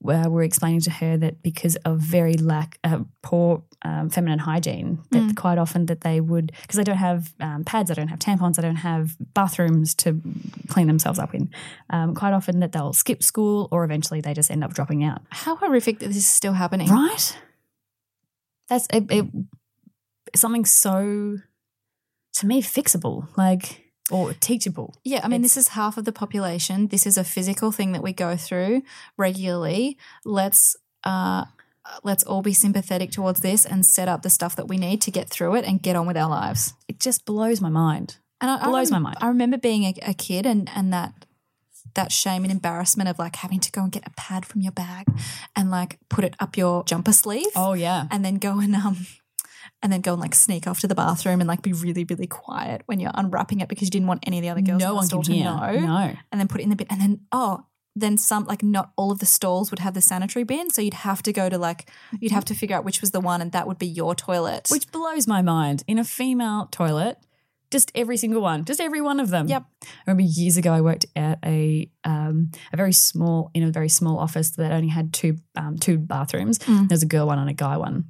Speaker 2: were, were explaining to her that because of very lack uh, poor um, feminine hygiene, that
Speaker 1: Mm.
Speaker 2: quite often that they would because they don't have um, pads, they don't have tampons, they don't have bathrooms to clean themselves up in. Um, quite often that they'll skip school or eventually they just end up dropping out.
Speaker 1: How horrific that this is still happening.
Speaker 2: Right? That's it, it, something so, to me, fixable, like, or teachable.
Speaker 1: Yeah, I mean, this is half of the population. This is a physical thing that we go through regularly. Let's uh, let's all be sympathetic towards this and set up the stuff that we need to get through it and get on with our lives.
Speaker 2: It just blows my mind.
Speaker 1: And I,
Speaker 2: Blows
Speaker 1: I
Speaker 2: my mind.
Speaker 1: I remember being a, a kid and and that that shame and embarrassment of like having to go and get a pad from your bag and like put it up your jumper sleeve.
Speaker 2: Oh. yeah.
Speaker 1: and then go and um and then go and like sneak off to the bathroom and like be really really quiet when you're unwrapping it because you didn't want any of the other girls
Speaker 2: no
Speaker 1: in the
Speaker 2: one
Speaker 1: stall
Speaker 2: can
Speaker 1: to
Speaker 2: hear.
Speaker 1: know
Speaker 2: No.
Speaker 1: and then put it in the bin and then oh then some like not all of the stalls would have the sanitary bin so you'd have to go to like you'd have to figure out which was the one and that would be your toilet
Speaker 2: Which blows my mind. In a female toilet, just every single one, just every one of them.
Speaker 1: Yep.
Speaker 2: I remember years ago, I worked at a um, a very small in a very small office that only had two um, two bathrooms.
Speaker 1: Mm.
Speaker 2: There was a girl one and a guy one,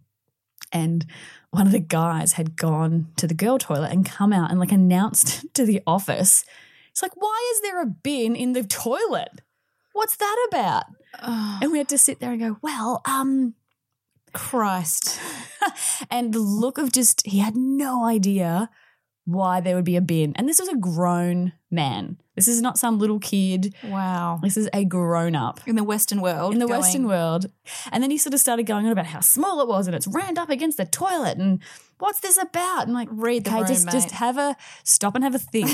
Speaker 2: and one of the guys had gone to the girl toilet and come out and like announced to the office. It's like, why is there a bin in the toilet? What's that about?
Speaker 1: oh,
Speaker 2: And we had to sit there and go, well, um,
Speaker 1: christ
Speaker 2: and the look of just he had no idea why there would be a bin and this was a grown man this is not some little kid
Speaker 1: wow
Speaker 2: this is a grown up
Speaker 1: in the western world
Speaker 2: in the
Speaker 1: going-
Speaker 2: western world and then he sort of started going on about how small it was and it's rammed up against the toilet and what's this about and like
Speaker 1: read the
Speaker 2: okay
Speaker 1: room,
Speaker 2: just just
Speaker 1: mate.
Speaker 2: have a stop and have a think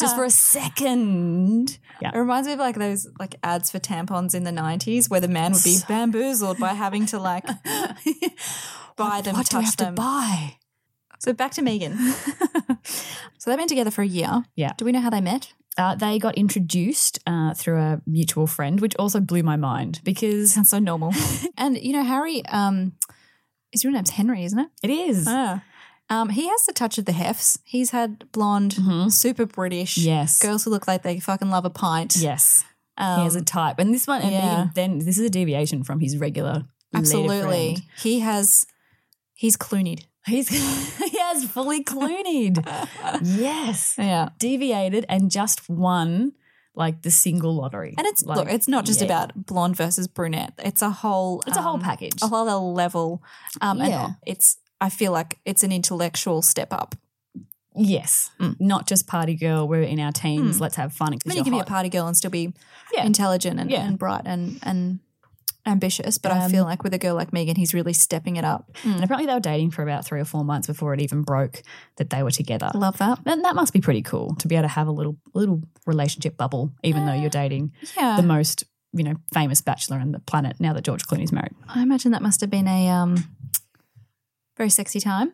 Speaker 2: just for a second yeah
Speaker 1: It reminds me of like those like ads for tampons in the nineties where the man would be bamboozled by having to like buy them,
Speaker 2: what do we
Speaker 1: touch
Speaker 2: have
Speaker 1: them.
Speaker 2: to buy
Speaker 1: So back to Megan. so they've been together for a year.
Speaker 2: Yeah.
Speaker 1: Do we know how they met?
Speaker 2: Uh, they got introduced uh, through a mutual friend, which also blew my mind because
Speaker 1: Sounds so normal. and you know, Harry, um his real name's Henry, isn't it?
Speaker 2: it is.
Speaker 1: Ah. Um, he has the touch of the hefts. He's had blonde,
Speaker 2: Mhm.
Speaker 1: super British
Speaker 2: Yes.
Speaker 1: girls who look like they fucking love a pint.
Speaker 2: Yes.
Speaker 1: Um,
Speaker 2: He has a type. And this one, and
Speaker 1: yeah.
Speaker 2: even then, this is a deviation from his regular. leader
Speaker 1: absolutely.
Speaker 2: friend.
Speaker 1: He has he's clooneyed.
Speaker 2: He's he has fully clooneyed. yes.
Speaker 1: Yeah.
Speaker 2: Deviated and just won like the single lottery.
Speaker 1: And it's
Speaker 2: Like,
Speaker 1: look, it's not just
Speaker 2: yeah.
Speaker 1: about blonde versus brunette. It's a whole
Speaker 2: It's a whole
Speaker 1: um,
Speaker 2: package.
Speaker 1: a whole other level. Um,
Speaker 2: Yeah.
Speaker 1: and it's I feel like it's an intellectual step up.
Speaker 2: Yes, not just party girl. We're in our teens. Let's have fun. 'cause
Speaker 1: mm. I mean,
Speaker 2: you're
Speaker 1: you can be a
Speaker 2: hot.
Speaker 1: party girl and still be
Speaker 2: Yeah.
Speaker 1: intelligent and,
Speaker 2: Yeah.
Speaker 1: and bright and and ambitious. But I feel like with a girl like Megan, he's really stepping it up.
Speaker 2: And apparently they were dating for about three or four months before it even broke that they were together.
Speaker 1: Love that.
Speaker 2: And that must be pretty cool to be able to have a little little relationship bubble, even though you're dating
Speaker 1: Yeah,
Speaker 2: the most you know famous bachelor on the planet now that George Clooney's married.
Speaker 1: I imagine that must have been a um very sexy time.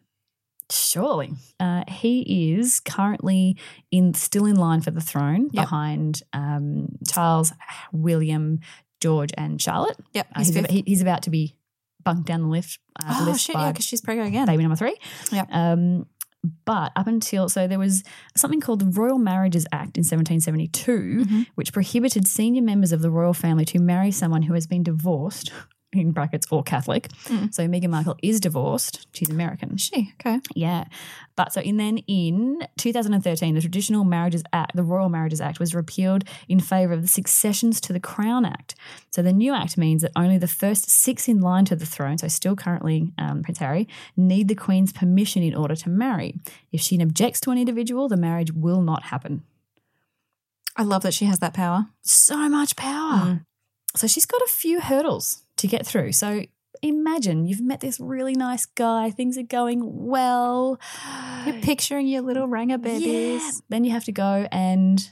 Speaker 2: Surely, uh, he is currently in still in line for the throne
Speaker 1: Yep.
Speaker 2: behind um, Charles, William, George, and Charlotte.
Speaker 1: Yep,
Speaker 2: Uh, he's,
Speaker 1: fifth.
Speaker 2: about, he- he's about to be bunked down the lift. Uh, the
Speaker 1: oh
Speaker 2: lift
Speaker 1: shit!
Speaker 2: by
Speaker 1: Yeah, because she's pregnant again.
Speaker 2: baby number three.
Speaker 1: Yep.
Speaker 2: Um, but up until so there was something called the Royal Marriages Act in 1772,
Speaker 1: Mhm.
Speaker 2: which prohibited senior members of the royal family to marry someone who has been divorced. In brackets or Catholic.
Speaker 1: Mm.
Speaker 2: So Meghan Markle is divorced. She's American.
Speaker 1: she okay.
Speaker 2: Yeah. But so in then in 2013, the Traditional Marriages Act, the Royal Marriages Act, was repealed in favour of the Successions to the Crown Act. So the new act means that only the first six in line to the throne, so still currently um, Prince Harry, need the Queen's permission in order to marry. If she objects to an individual, the marriage will not happen.
Speaker 1: I love that she has that power.
Speaker 2: So much power. So she's got a few hurdles to get through. So imagine you've met this really nice guy, things are going well.
Speaker 1: You're picturing your little ranger babies.
Speaker 2: Yeah. Then you have to go and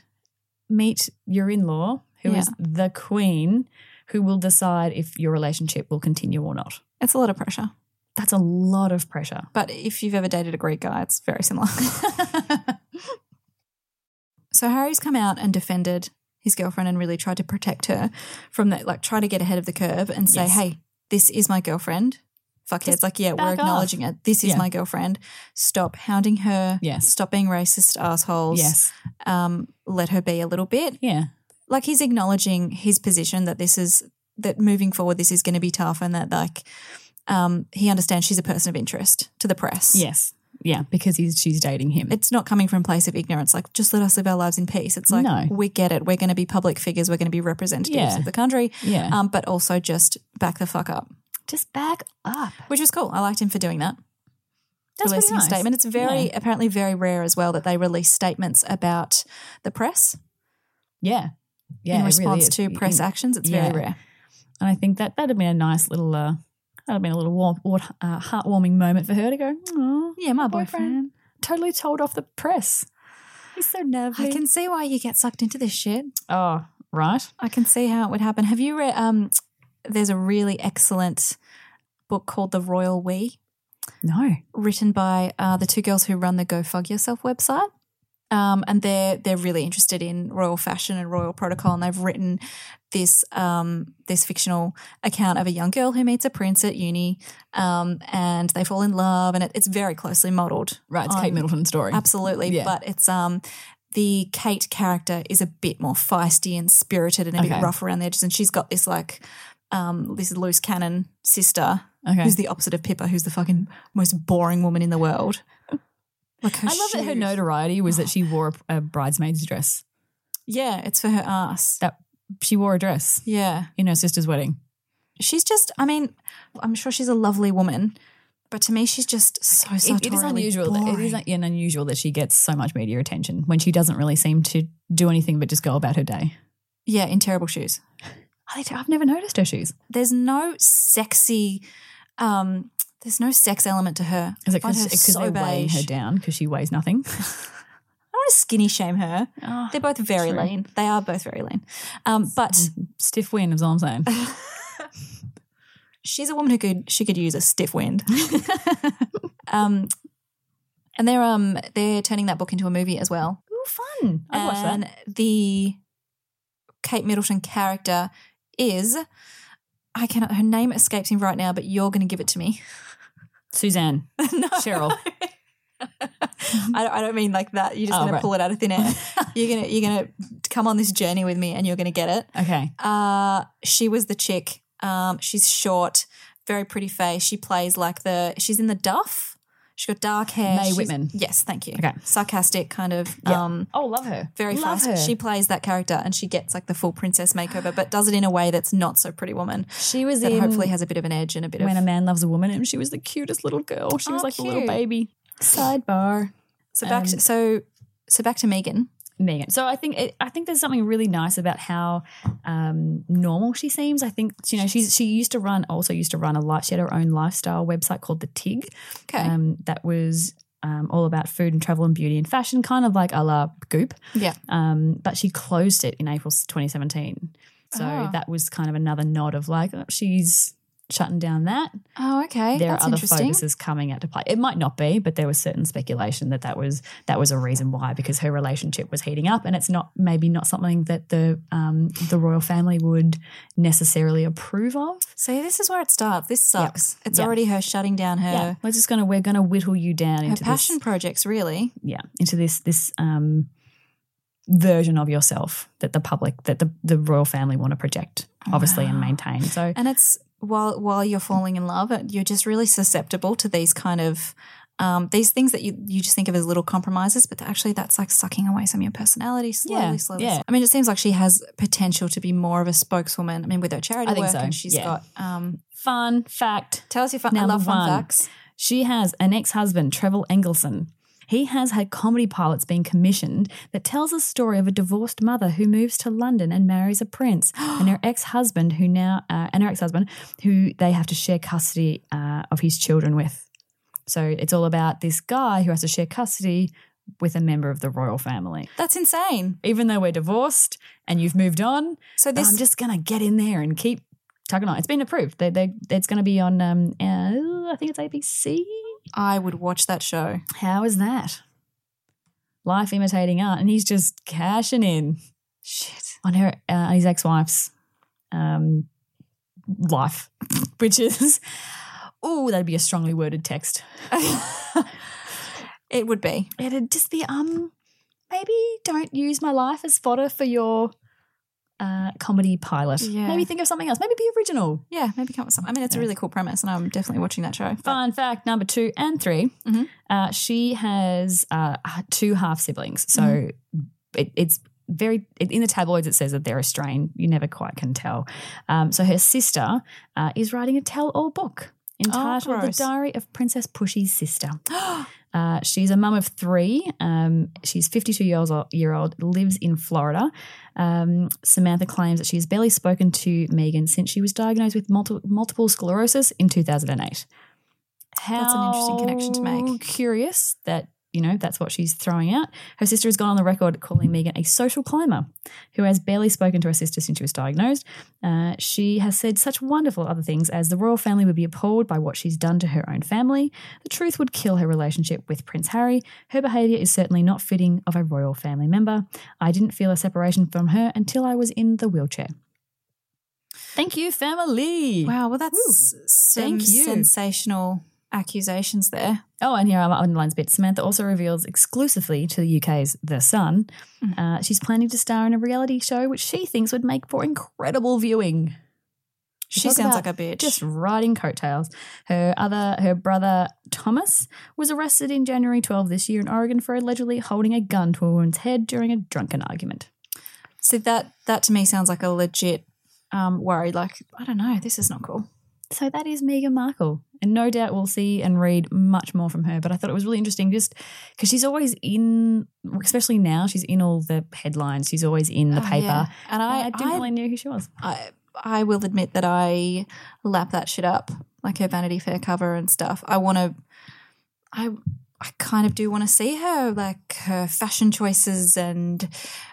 Speaker 2: meet your in law, who is the queen, who will decide if your relationship will continue or not.
Speaker 1: It's a lot of pressure.
Speaker 2: That's a lot of pressure.
Speaker 1: But if you've ever dated a Greek guy, it's very similar. so Harry's come out and defended his girlfriend and really tried to protect her from that, like try to get ahead of the curve and say,
Speaker 2: Yes.
Speaker 1: hey, this is my girlfriend. Fuck
Speaker 2: Just
Speaker 1: it's like, yeah, we're
Speaker 2: back
Speaker 1: acknowledging it. This is
Speaker 2: Yeah.
Speaker 1: my girlfriend. Stop hounding her.
Speaker 2: Yes.
Speaker 1: Stop being racist assholes.
Speaker 2: Yes.
Speaker 1: Um, let her be a little bit.
Speaker 2: Yeah.
Speaker 1: Like he's acknowledging his position that this is that moving forward this is going to be tough and that like um, he understands she's a person of interest to the press.
Speaker 2: Yes. Yeah. Because he's she's dating him.
Speaker 1: it's not coming from a place of ignorance. Like, just let us live our lives in peace. It's like,
Speaker 2: No.
Speaker 1: we get it. We're going to be public figures. We're going to be representatives
Speaker 2: Yeah.
Speaker 1: of the country.
Speaker 2: yeah.
Speaker 1: Um, but also just back the fuck up,
Speaker 2: Just back up.
Speaker 1: which was cool. I liked him for doing that.
Speaker 2: That's
Speaker 1: releasing
Speaker 2: pretty nice.
Speaker 1: a statement. It's very, apparently, very rare as well that they release statements about the press
Speaker 2: Yeah. Yeah.
Speaker 1: in
Speaker 2: it really
Speaker 1: response
Speaker 2: is.
Speaker 1: to press
Speaker 2: In-
Speaker 1: actions. It's
Speaker 2: yeah.
Speaker 1: very rare.
Speaker 2: And I think that that'd have been a nice little, uh, that'd have been a little warm, wart- uh, heartwarming moment for her to go, oh,
Speaker 1: Yeah, my boyfriend.
Speaker 2: boyfriend totally told off the press. He's so nervous.
Speaker 1: I can see why you get sucked into this shit.
Speaker 2: Oh, right.
Speaker 1: I can see how it would happen. Have you read? Um, there's a really excellent book called The Royal We.
Speaker 2: No.
Speaker 1: written by uh, the two girls who run the Go Fog Yourself website. Um, and they're they're really interested in royal fashion and royal protocol, and they've written this um, this fictional account of a young girl who meets a prince at uni, um, and they fall in love, and it, it's very closely modelled,
Speaker 2: Right. It's
Speaker 1: on-
Speaker 2: Kate Middleton's story.
Speaker 1: absolutely.
Speaker 2: Yeah.
Speaker 1: But it's um, the Kate character is a bit more feisty and spirited, and a
Speaker 2: Okay.
Speaker 1: bit rough around the edges, and she's got this like um, this loose cannon sister
Speaker 2: okay.
Speaker 1: who's the opposite of Pippa, who's the fucking most boring woman in the world. Like her
Speaker 2: I love that her
Speaker 1: shoes.
Speaker 2: notoriety was that she wore a, a bridesmaid's dress.
Speaker 1: Yeah, it's for her ass.
Speaker 2: That she wore a dress
Speaker 1: Yeah,
Speaker 2: in her sister's wedding.
Speaker 1: she's just. I mean, I'm sure she's a lovely woman, but to me, she's just so
Speaker 2: It, it is
Speaker 1: sartorially
Speaker 2: unusual. That, it
Speaker 1: boring.
Speaker 2: is un- and unusual that she gets so much media attention when she doesn't really seem to do anything but just go about her day.
Speaker 1: yeah, in terrible shoes.
Speaker 2: Are they ter- I've never noticed her shoes.
Speaker 1: There's no sexy. um There's no sex element to her.
Speaker 2: Is it
Speaker 1: I find
Speaker 2: because
Speaker 1: her so
Speaker 2: they're weighing
Speaker 1: beige.
Speaker 2: her down because she weighs nothing?
Speaker 1: I don't want to skinny shame her.
Speaker 2: Oh,
Speaker 1: They're both very
Speaker 2: True. Mm.
Speaker 1: lean. They are both very lean. Um, but
Speaker 2: stiff wind is all I'm saying.
Speaker 1: she's a woman who could she could use a stiff wind. um, and they're um they're turning that book into a movie as well.
Speaker 2: Ooh, fun. I'd watch that.
Speaker 1: and the Kate Middleton character is I cannot her name escapes me right now, but you're going to give it to me.
Speaker 2: Suzanne.
Speaker 1: no,
Speaker 2: Cheryl.
Speaker 1: I don't, I don't mean like that. You're just
Speaker 2: Oh,
Speaker 1: going to
Speaker 2: right.
Speaker 1: pull it out of thin air. you're gonna you're gonna come on this journey with me, and you're gonna get it.
Speaker 2: Okay.
Speaker 1: Uh, she was the chick. Um, she's short, very pretty face. She plays like the she's in the Duff. She's got dark hair.
Speaker 2: Mae
Speaker 1: She's-
Speaker 2: Whitman.
Speaker 1: Yes, thank you.
Speaker 2: Okay.
Speaker 1: Sarcastic, kind of
Speaker 2: Yeah.
Speaker 1: um
Speaker 2: Oh, love her.
Speaker 1: very
Speaker 2: love
Speaker 1: fast.
Speaker 2: Her.
Speaker 1: She plays that character and she gets like the full princess makeover, but does it in a way that's not so pretty woman.
Speaker 2: she was
Speaker 1: That
Speaker 2: in
Speaker 1: hopefully has a bit of an edge and a bit
Speaker 2: When a
Speaker 1: of
Speaker 2: Man Loves a Woman, and she was the cutest little girl. She was
Speaker 1: Oh,
Speaker 2: like a little
Speaker 1: cute.
Speaker 2: baby. Sidebar. Um,
Speaker 1: So back to, so so back to Megan.
Speaker 2: Megan. So I think it, I think there's something really nice about how um, normal she seems. I think you know she's she used to run also used to run a life. She had her own lifestyle website called the Tig.
Speaker 1: Okay.
Speaker 2: Um, that was um, all about food and travel and beauty and fashion, kind of like a la Goop.
Speaker 1: yeah.
Speaker 2: Um, but she closed it in April 2017. So
Speaker 1: Ah.
Speaker 2: that was kind of another nod of like oh, she's shutting down that.
Speaker 1: Oh, okay.
Speaker 2: there
Speaker 1: That's
Speaker 2: are other
Speaker 1: interesting.
Speaker 2: focuses coming out to play. It might not be, but there was certain speculation that that was that was a reason why because her relationship was heating up, and it's not maybe not something that the um, the royal family would necessarily approve of.
Speaker 1: See, this is where it starts. This sucks. It's
Speaker 2: Yep.
Speaker 1: already her shutting down her
Speaker 2: yeah, Uh, we're just gonna we're gonna whittle you
Speaker 1: her
Speaker 2: down into
Speaker 1: passion
Speaker 2: This,
Speaker 1: projects, really.
Speaker 2: yeah, into this this um, version of yourself that the public that the the royal family want to project, obviously, and
Speaker 1: Oh, Wow.
Speaker 2: maintain. So
Speaker 1: And it's while while you're falling in love, it- you're just really susceptible to these kind of um, these things that you, you just think of as little compromises, but actually that's like sucking away some of your personality slowly,
Speaker 2: Yeah,
Speaker 1: slowly.
Speaker 2: yeah.
Speaker 1: slowly. I mean, it seems like she has potential to be more of a spokeswoman. I mean, with her charity
Speaker 2: I think
Speaker 1: work,
Speaker 2: so,
Speaker 1: and she's
Speaker 2: yeah.
Speaker 1: got. Um,
Speaker 2: fun fact.
Speaker 1: tell us your fun. I
Speaker 2: Number
Speaker 1: love fun
Speaker 2: one.
Speaker 1: facts.
Speaker 2: She has an ex-husband, Trevor Engelson. He has had comedy pilots being commissioned that tells the story of a divorced mother who moves to London and marries a prince, and her ex-husband, who now uh, and her ex-husband, who they have to share custody uh, of his children with. So it's all about this guy who has to share custody with a member of the royal family.
Speaker 1: That's insane.
Speaker 2: Even though we're divorced and you've moved on,
Speaker 1: So
Speaker 2: but
Speaker 1: this
Speaker 2: I'm just gonna get in there and keep tugging on. It's been approved. They, they, it's gonna be on. Um, uh, I think it's ABC.
Speaker 1: I would watch that show.
Speaker 2: How is that? Life imitating art, and he's just cashing in
Speaker 1: Shit.
Speaker 2: on her, uh, on his ex-wife's um, life, which is, oh, that'd be a strongly worded text.
Speaker 1: it would be.
Speaker 2: It'd just be, um, maybe don't use my life as fodder for your uh, comedy pilot.
Speaker 1: Yeah.
Speaker 2: Maybe think of something else. Maybe be original.
Speaker 1: Yeah, maybe come up with something. I mean, it's a really cool premise, and I'm definitely watching that show. But-
Speaker 2: Fun fact number two and 3
Speaker 1: Mhm.
Speaker 2: uh, she has uh, two half siblings. So it, it's very, it, in the tabloids, it says that they're Australian. You never quite can tell. Um, so her sister uh, is writing a tell all book entitled The
Speaker 1: gross.
Speaker 2: Diary of Princess Pushy's Sister. Uh, she's a mum of three. Um, she's 52 years old, year old, lives in Florida. Um, Samantha claims that she's barely spoken to Megan since she was diagnosed with multi- multiple sclerosis in 2008.
Speaker 1: That's an interesting connection to make.
Speaker 2: How Curious that, you know, that's what she's throwing out. Her sister has gone on the record calling Megan a social climber who has barely spoken to her sister since she was diagnosed. Uh, she has said such wonderful other things as the royal family would be appalled by what she's done to her own family. The truth would kill her relationship with Prince Harry. Her behaviour is certainly not fitting of a royal family member. I didn't feel a separation from her until I was in the wheelchair. Thank you, family.
Speaker 1: Wow, well, that's some
Speaker 2: Thank you.
Speaker 1: sensational accusations there.
Speaker 2: Oh, and here are my underlines bit. Samantha also reveals exclusively to the UK's The Sun,
Speaker 1: Mm.
Speaker 2: uh, she's planning to star in a reality show which she thinks would make for incredible viewing.
Speaker 1: She
Speaker 2: Talk
Speaker 1: sounds
Speaker 2: about
Speaker 1: like a bitch.
Speaker 2: just riding coattails. Her other, her brother Thomas was arrested in January 12 this year in Oregon for allegedly holding a gun to a woman's head during a drunken argument.
Speaker 1: See that that to me sounds like a legit um, worry. Like I don't know, this is not cool.
Speaker 2: So that is Meghan Markle, and no doubt we'll see and read much more from her. But I thought it was really interesting, just because she's always in, especially now, she's in all the headlines. She's always in the
Speaker 1: Oh,
Speaker 2: paper.
Speaker 1: yeah. and I,
Speaker 2: I, I didn't really know who she was.
Speaker 1: I I will admit that I lap that shit up, like her Vanity Fair cover and stuff. I want to, I I kind of do want to see her, like her fashion choices and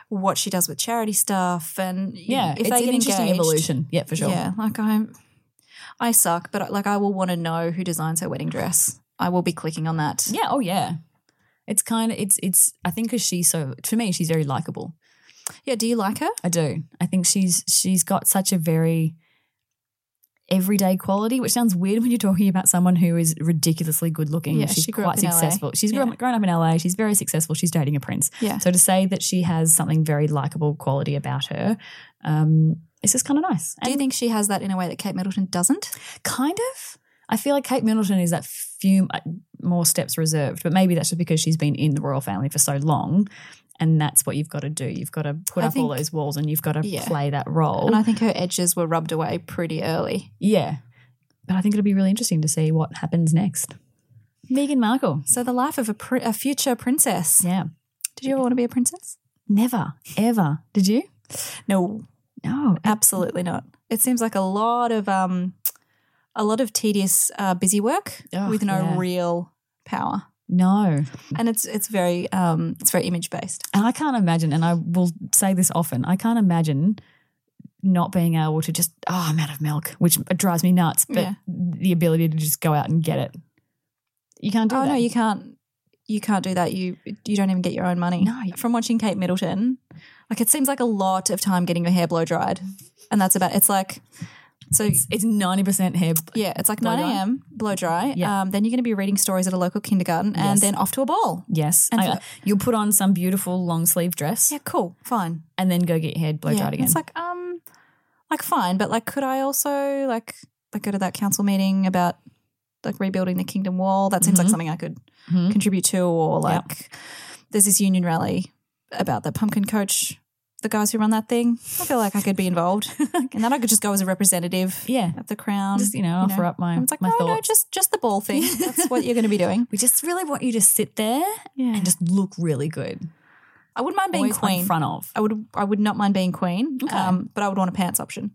Speaker 1: what she does with charity stuff, and
Speaker 2: Yeah,
Speaker 1: if
Speaker 2: it's
Speaker 1: they
Speaker 2: an
Speaker 1: get
Speaker 2: interesting
Speaker 1: engaged,
Speaker 2: evolution. Yeah, for sure.
Speaker 1: Yeah, like I'm, I suck, but like I will want to know who designs her wedding dress. I will be clicking on that.
Speaker 2: Yeah. Oh, yeah. It's kind of it's it's. I think because she's so to me, she's very likable.
Speaker 1: Yeah, do you like her?
Speaker 2: I do. I think she's she's got such a very everyday quality, which sounds weird when you're talking about someone who is ridiculously good looking.
Speaker 1: Yeah,
Speaker 2: she's
Speaker 1: she grew
Speaker 2: quite
Speaker 1: up in LA.
Speaker 2: successful. She's grown,
Speaker 1: Yeah.
Speaker 2: grown up in LA. She's very successful. She's dating a prince.
Speaker 1: Yeah.
Speaker 2: So to say that she has something very likable quality about her, um, it's just kind of nice.
Speaker 1: Do
Speaker 2: And
Speaker 1: you think she has that in a way that Kate Middleton doesn't?
Speaker 2: kind of. I feel like Kate Middleton is that few uh, more steps reserved, but maybe that's just because she's been in the royal family for so long, and that's what you've got to do. You've got to put
Speaker 1: I
Speaker 2: up all
Speaker 1: think-
Speaker 2: those walls, and you've got to
Speaker 1: Yeah.
Speaker 2: play that role.
Speaker 1: And I think her edges were rubbed away pretty early.
Speaker 2: Yeah. But I think it'll be really interesting to see what happens next. Meghan Markle.
Speaker 1: So the life of a, pr- a future princess.
Speaker 2: Yeah.
Speaker 1: Did you ever want to be a princess?
Speaker 2: Never, ever. Did you?
Speaker 1: No,
Speaker 2: No.
Speaker 1: absolutely not. It seems like a lot of um, a lot of tedious uh, busy work
Speaker 2: Oh,
Speaker 1: with no
Speaker 2: yeah.
Speaker 1: real power,
Speaker 2: No.
Speaker 1: and it's it's very um, it's very image based.
Speaker 2: And I can't imagine, and I will say this often, I can't imagine not being able to just, oh, I'm out of milk, which drives me nuts, but
Speaker 1: Yeah.
Speaker 2: the ability to just go out and get it. You can't do
Speaker 1: Oh
Speaker 2: that.
Speaker 1: no, you can't. You can't do that. You you don't even get your own money.
Speaker 2: No.
Speaker 1: From watching Kate Middleton, like it seems like a lot of time getting your hair blow dried, and that's about. It's like so.
Speaker 2: It's 90% hair.
Speaker 1: yeah, it's like
Speaker 2: blow
Speaker 1: nine
Speaker 2: dry.
Speaker 1: a.m. blow dry.
Speaker 2: Yeah.
Speaker 1: Um, then you're going to be reading stories at a local kindergarten,
Speaker 2: Yes.
Speaker 1: and then off to a ball.
Speaker 2: Yes.
Speaker 1: And
Speaker 2: I- uh, you'll put on some beautiful long sleeve dress
Speaker 1: Yeah, cool, fine.
Speaker 2: and then go get your hair blow
Speaker 1: yeah.
Speaker 2: dried again.
Speaker 1: It's like um, like fine, but like could I also like like go to that council meeting about like rebuilding the kingdom wall? That seems like
Speaker 2: Mhm.
Speaker 1: something I could
Speaker 2: Mhm.
Speaker 1: contribute to, or
Speaker 2: Yep.
Speaker 1: like there's this union rally about the pumpkin coach, the guys who run that thing. I feel like I could be involved, and then I could just go as a representative
Speaker 2: yeah.
Speaker 1: of the crown.
Speaker 2: Just, you know, offer up my,
Speaker 1: And it's like "Oh,
Speaker 2: my
Speaker 1: no, no,
Speaker 2: thoughts.
Speaker 1: just just the ball thing. That's what you're going to be doing.
Speaker 2: we just really want you to sit there
Speaker 1: Yeah,
Speaker 2: and just look really good.
Speaker 1: I wouldn't mind being
Speaker 2: Always
Speaker 1: queen.
Speaker 2: in front of.
Speaker 1: I would I would not mind being queen,
Speaker 2: Okay.
Speaker 1: um, but I would want a pants option.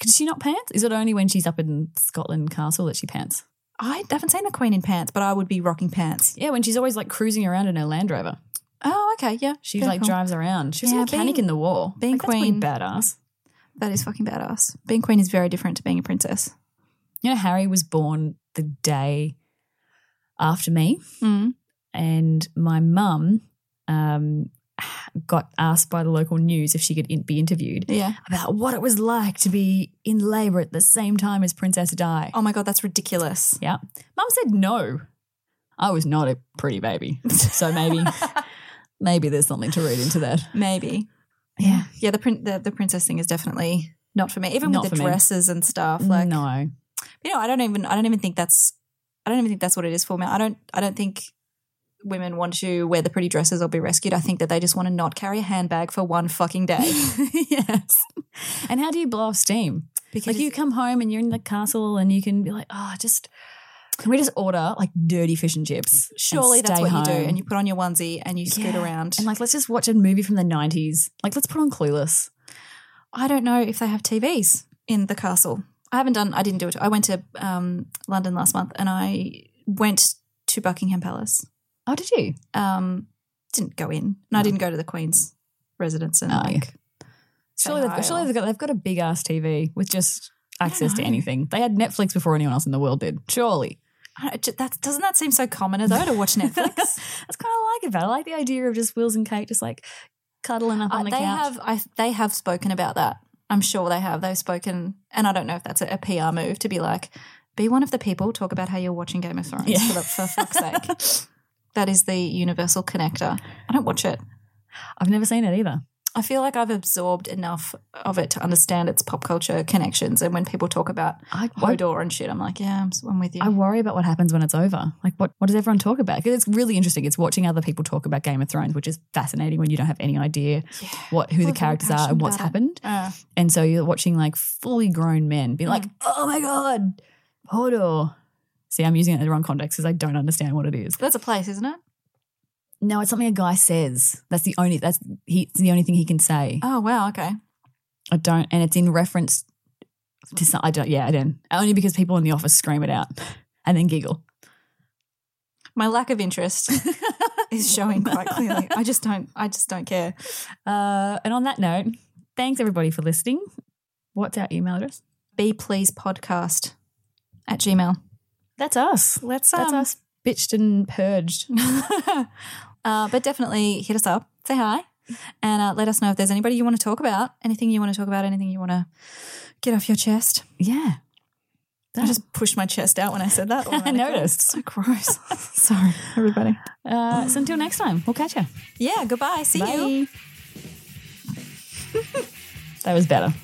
Speaker 2: Could she not pants? Is it only when she's up in Scotland Castle that she pants?
Speaker 1: I haven't seen a queen in pants, but I would be rocking pants.
Speaker 2: Yeah, when she's always like cruising around in her Land Rover.
Speaker 1: Oh, okay, yeah.
Speaker 2: She
Speaker 1: Very
Speaker 2: like
Speaker 1: cool.
Speaker 2: drives around. She's
Speaker 1: Yeah,
Speaker 2: a mechanic
Speaker 1: being-
Speaker 2: in the war.
Speaker 1: being
Speaker 2: like, that's pretty
Speaker 1: queen.
Speaker 2: badass.
Speaker 1: That is fucking badass. Being queen is very different to being a princess.
Speaker 2: You know, Harry was born the day after me, Hmm.
Speaker 1: Mm.
Speaker 2: and my mum um, got asked by the local news if she could in- be interviewed
Speaker 1: Yeah.
Speaker 2: about what it was like to be in labour at the same time as Princess Di.
Speaker 1: Oh my god, that's ridiculous.
Speaker 2: Yeah. Mum said no. I was not a pretty baby. So maybe maybe there's something to read into that.
Speaker 1: Maybe.
Speaker 2: Yeah.
Speaker 1: Yeah, the prin- the, the princess thing is definitely not for me. Even
Speaker 2: Not
Speaker 1: with the
Speaker 2: for me.
Speaker 1: dresses and stuff. Like
Speaker 2: no.
Speaker 1: you know, I don't even I don't even think that's I don't even think that's what it is for me. I don't I don't think women want to wear the pretty dresses or be rescued. I think that they just want to not carry a handbag for one fucking day.
Speaker 2: yes. And how do you blow off steam?
Speaker 1: Because
Speaker 2: Like you come home and you're in the castle and you can be like, oh, just can we just order like dirty fish and chips? and
Speaker 1: surely that's
Speaker 2: stay
Speaker 1: what you do.
Speaker 2: home?"
Speaker 1: And you put on your onesie and you scoot
Speaker 2: Yeah.
Speaker 1: around.
Speaker 2: and like let's just watch a movie from the nineties. Like let's put on Clueless.
Speaker 1: I don't know if they have TVs in the castle. I haven't done. I didn't do it. I went to um, London last month, and I went to Buckingham Palace.
Speaker 2: Oh, did you?
Speaker 1: Um, didn't go in, and I
Speaker 2: No.
Speaker 1: didn't go to the Queen's residence. And
Speaker 2: Oh,
Speaker 1: like, say
Speaker 2: Surely,
Speaker 1: hi
Speaker 2: they've, surely
Speaker 1: or-
Speaker 2: they've got they've got a big ass TV with just
Speaker 1: I don't
Speaker 2: access to
Speaker 1: know.
Speaker 2: anything. They had Netflix before anyone else in the world did. Surely.
Speaker 1: I don't- that doesn't that seem so common though to watch Netflix.
Speaker 2: That's kind of like about it. I like the idea of just Wills and Kate just like cuddling up
Speaker 1: Uh,
Speaker 2: on the
Speaker 1: they
Speaker 2: couch.
Speaker 1: have. I, they have spoken about that. I'm sure they have. They've spoken, and I don't know if that's a, a PR move to be like, be one of the people. Talk about how you're watching Game of Thrones.
Speaker 2: Yeah.
Speaker 1: For, the- for fuck's sake, that is the universal connector. I don't watch it.
Speaker 2: I've never seen it either.
Speaker 1: I feel like I've absorbed enough of it to understand its pop culture connections. And when people talk about
Speaker 2: I, I
Speaker 1: Hodor and shit, I'm like, yeah, I'm, s- I'm with you.
Speaker 2: I worry about what happens when it's over. Like, what, what does everyone talk about? Because it's really interesting. It's watching other people talk about Game of Thrones, which is fascinating when you don't have any idea
Speaker 1: Yeah.
Speaker 2: what who
Speaker 1: We're
Speaker 2: the
Speaker 1: very
Speaker 2: characters are
Speaker 1: passionate
Speaker 2: and what's
Speaker 1: about it.
Speaker 2: happened.
Speaker 1: Uh,
Speaker 2: And so you're watching like fully grown men be like, "Oh my god, Hodor." See, I'm using it in the wrong context because I don't understand what it is.
Speaker 1: that's a place, isn't it?
Speaker 2: No, it's something a guy says. That's the only that's he, it's the only thing he can say.
Speaker 1: Oh, wow. Okay.
Speaker 2: I don't, and it's in reference to some. I don't. Yeah, I don't. Only because people in the office scream it out and then giggle.
Speaker 1: My lack of interest is showing quite clearly. I just don't, I just don't care.
Speaker 2: Uh, and on that note, thanks everybody for listening. What's our email address?
Speaker 1: Be please podcast at Gmail.
Speaker 2: That's us.
Speaker 1: Let's,
Speaker 2: That's
Speaker 1: um,
Speaker 2: us bitched and purged.
Speaker 1: uh, but definitely hit us up, say hi, and uh, let us know if there's anybody you want to talk about, anything you want to talk about, anything you want to get off your chest.
Speaker 2: Yeah.
Speaker 1: I just pushed my chest out when I said that.
Speaker 2: I noticed.
Speaker 1: So gross. Sorry, everybody.
Speaker 2: Uh, so until next time, we'll catch you.
Speaker 1: Yeah, goodbye. See
Speaker 2: Bye.
Speaker 1: you.
Speaker 2: That was better.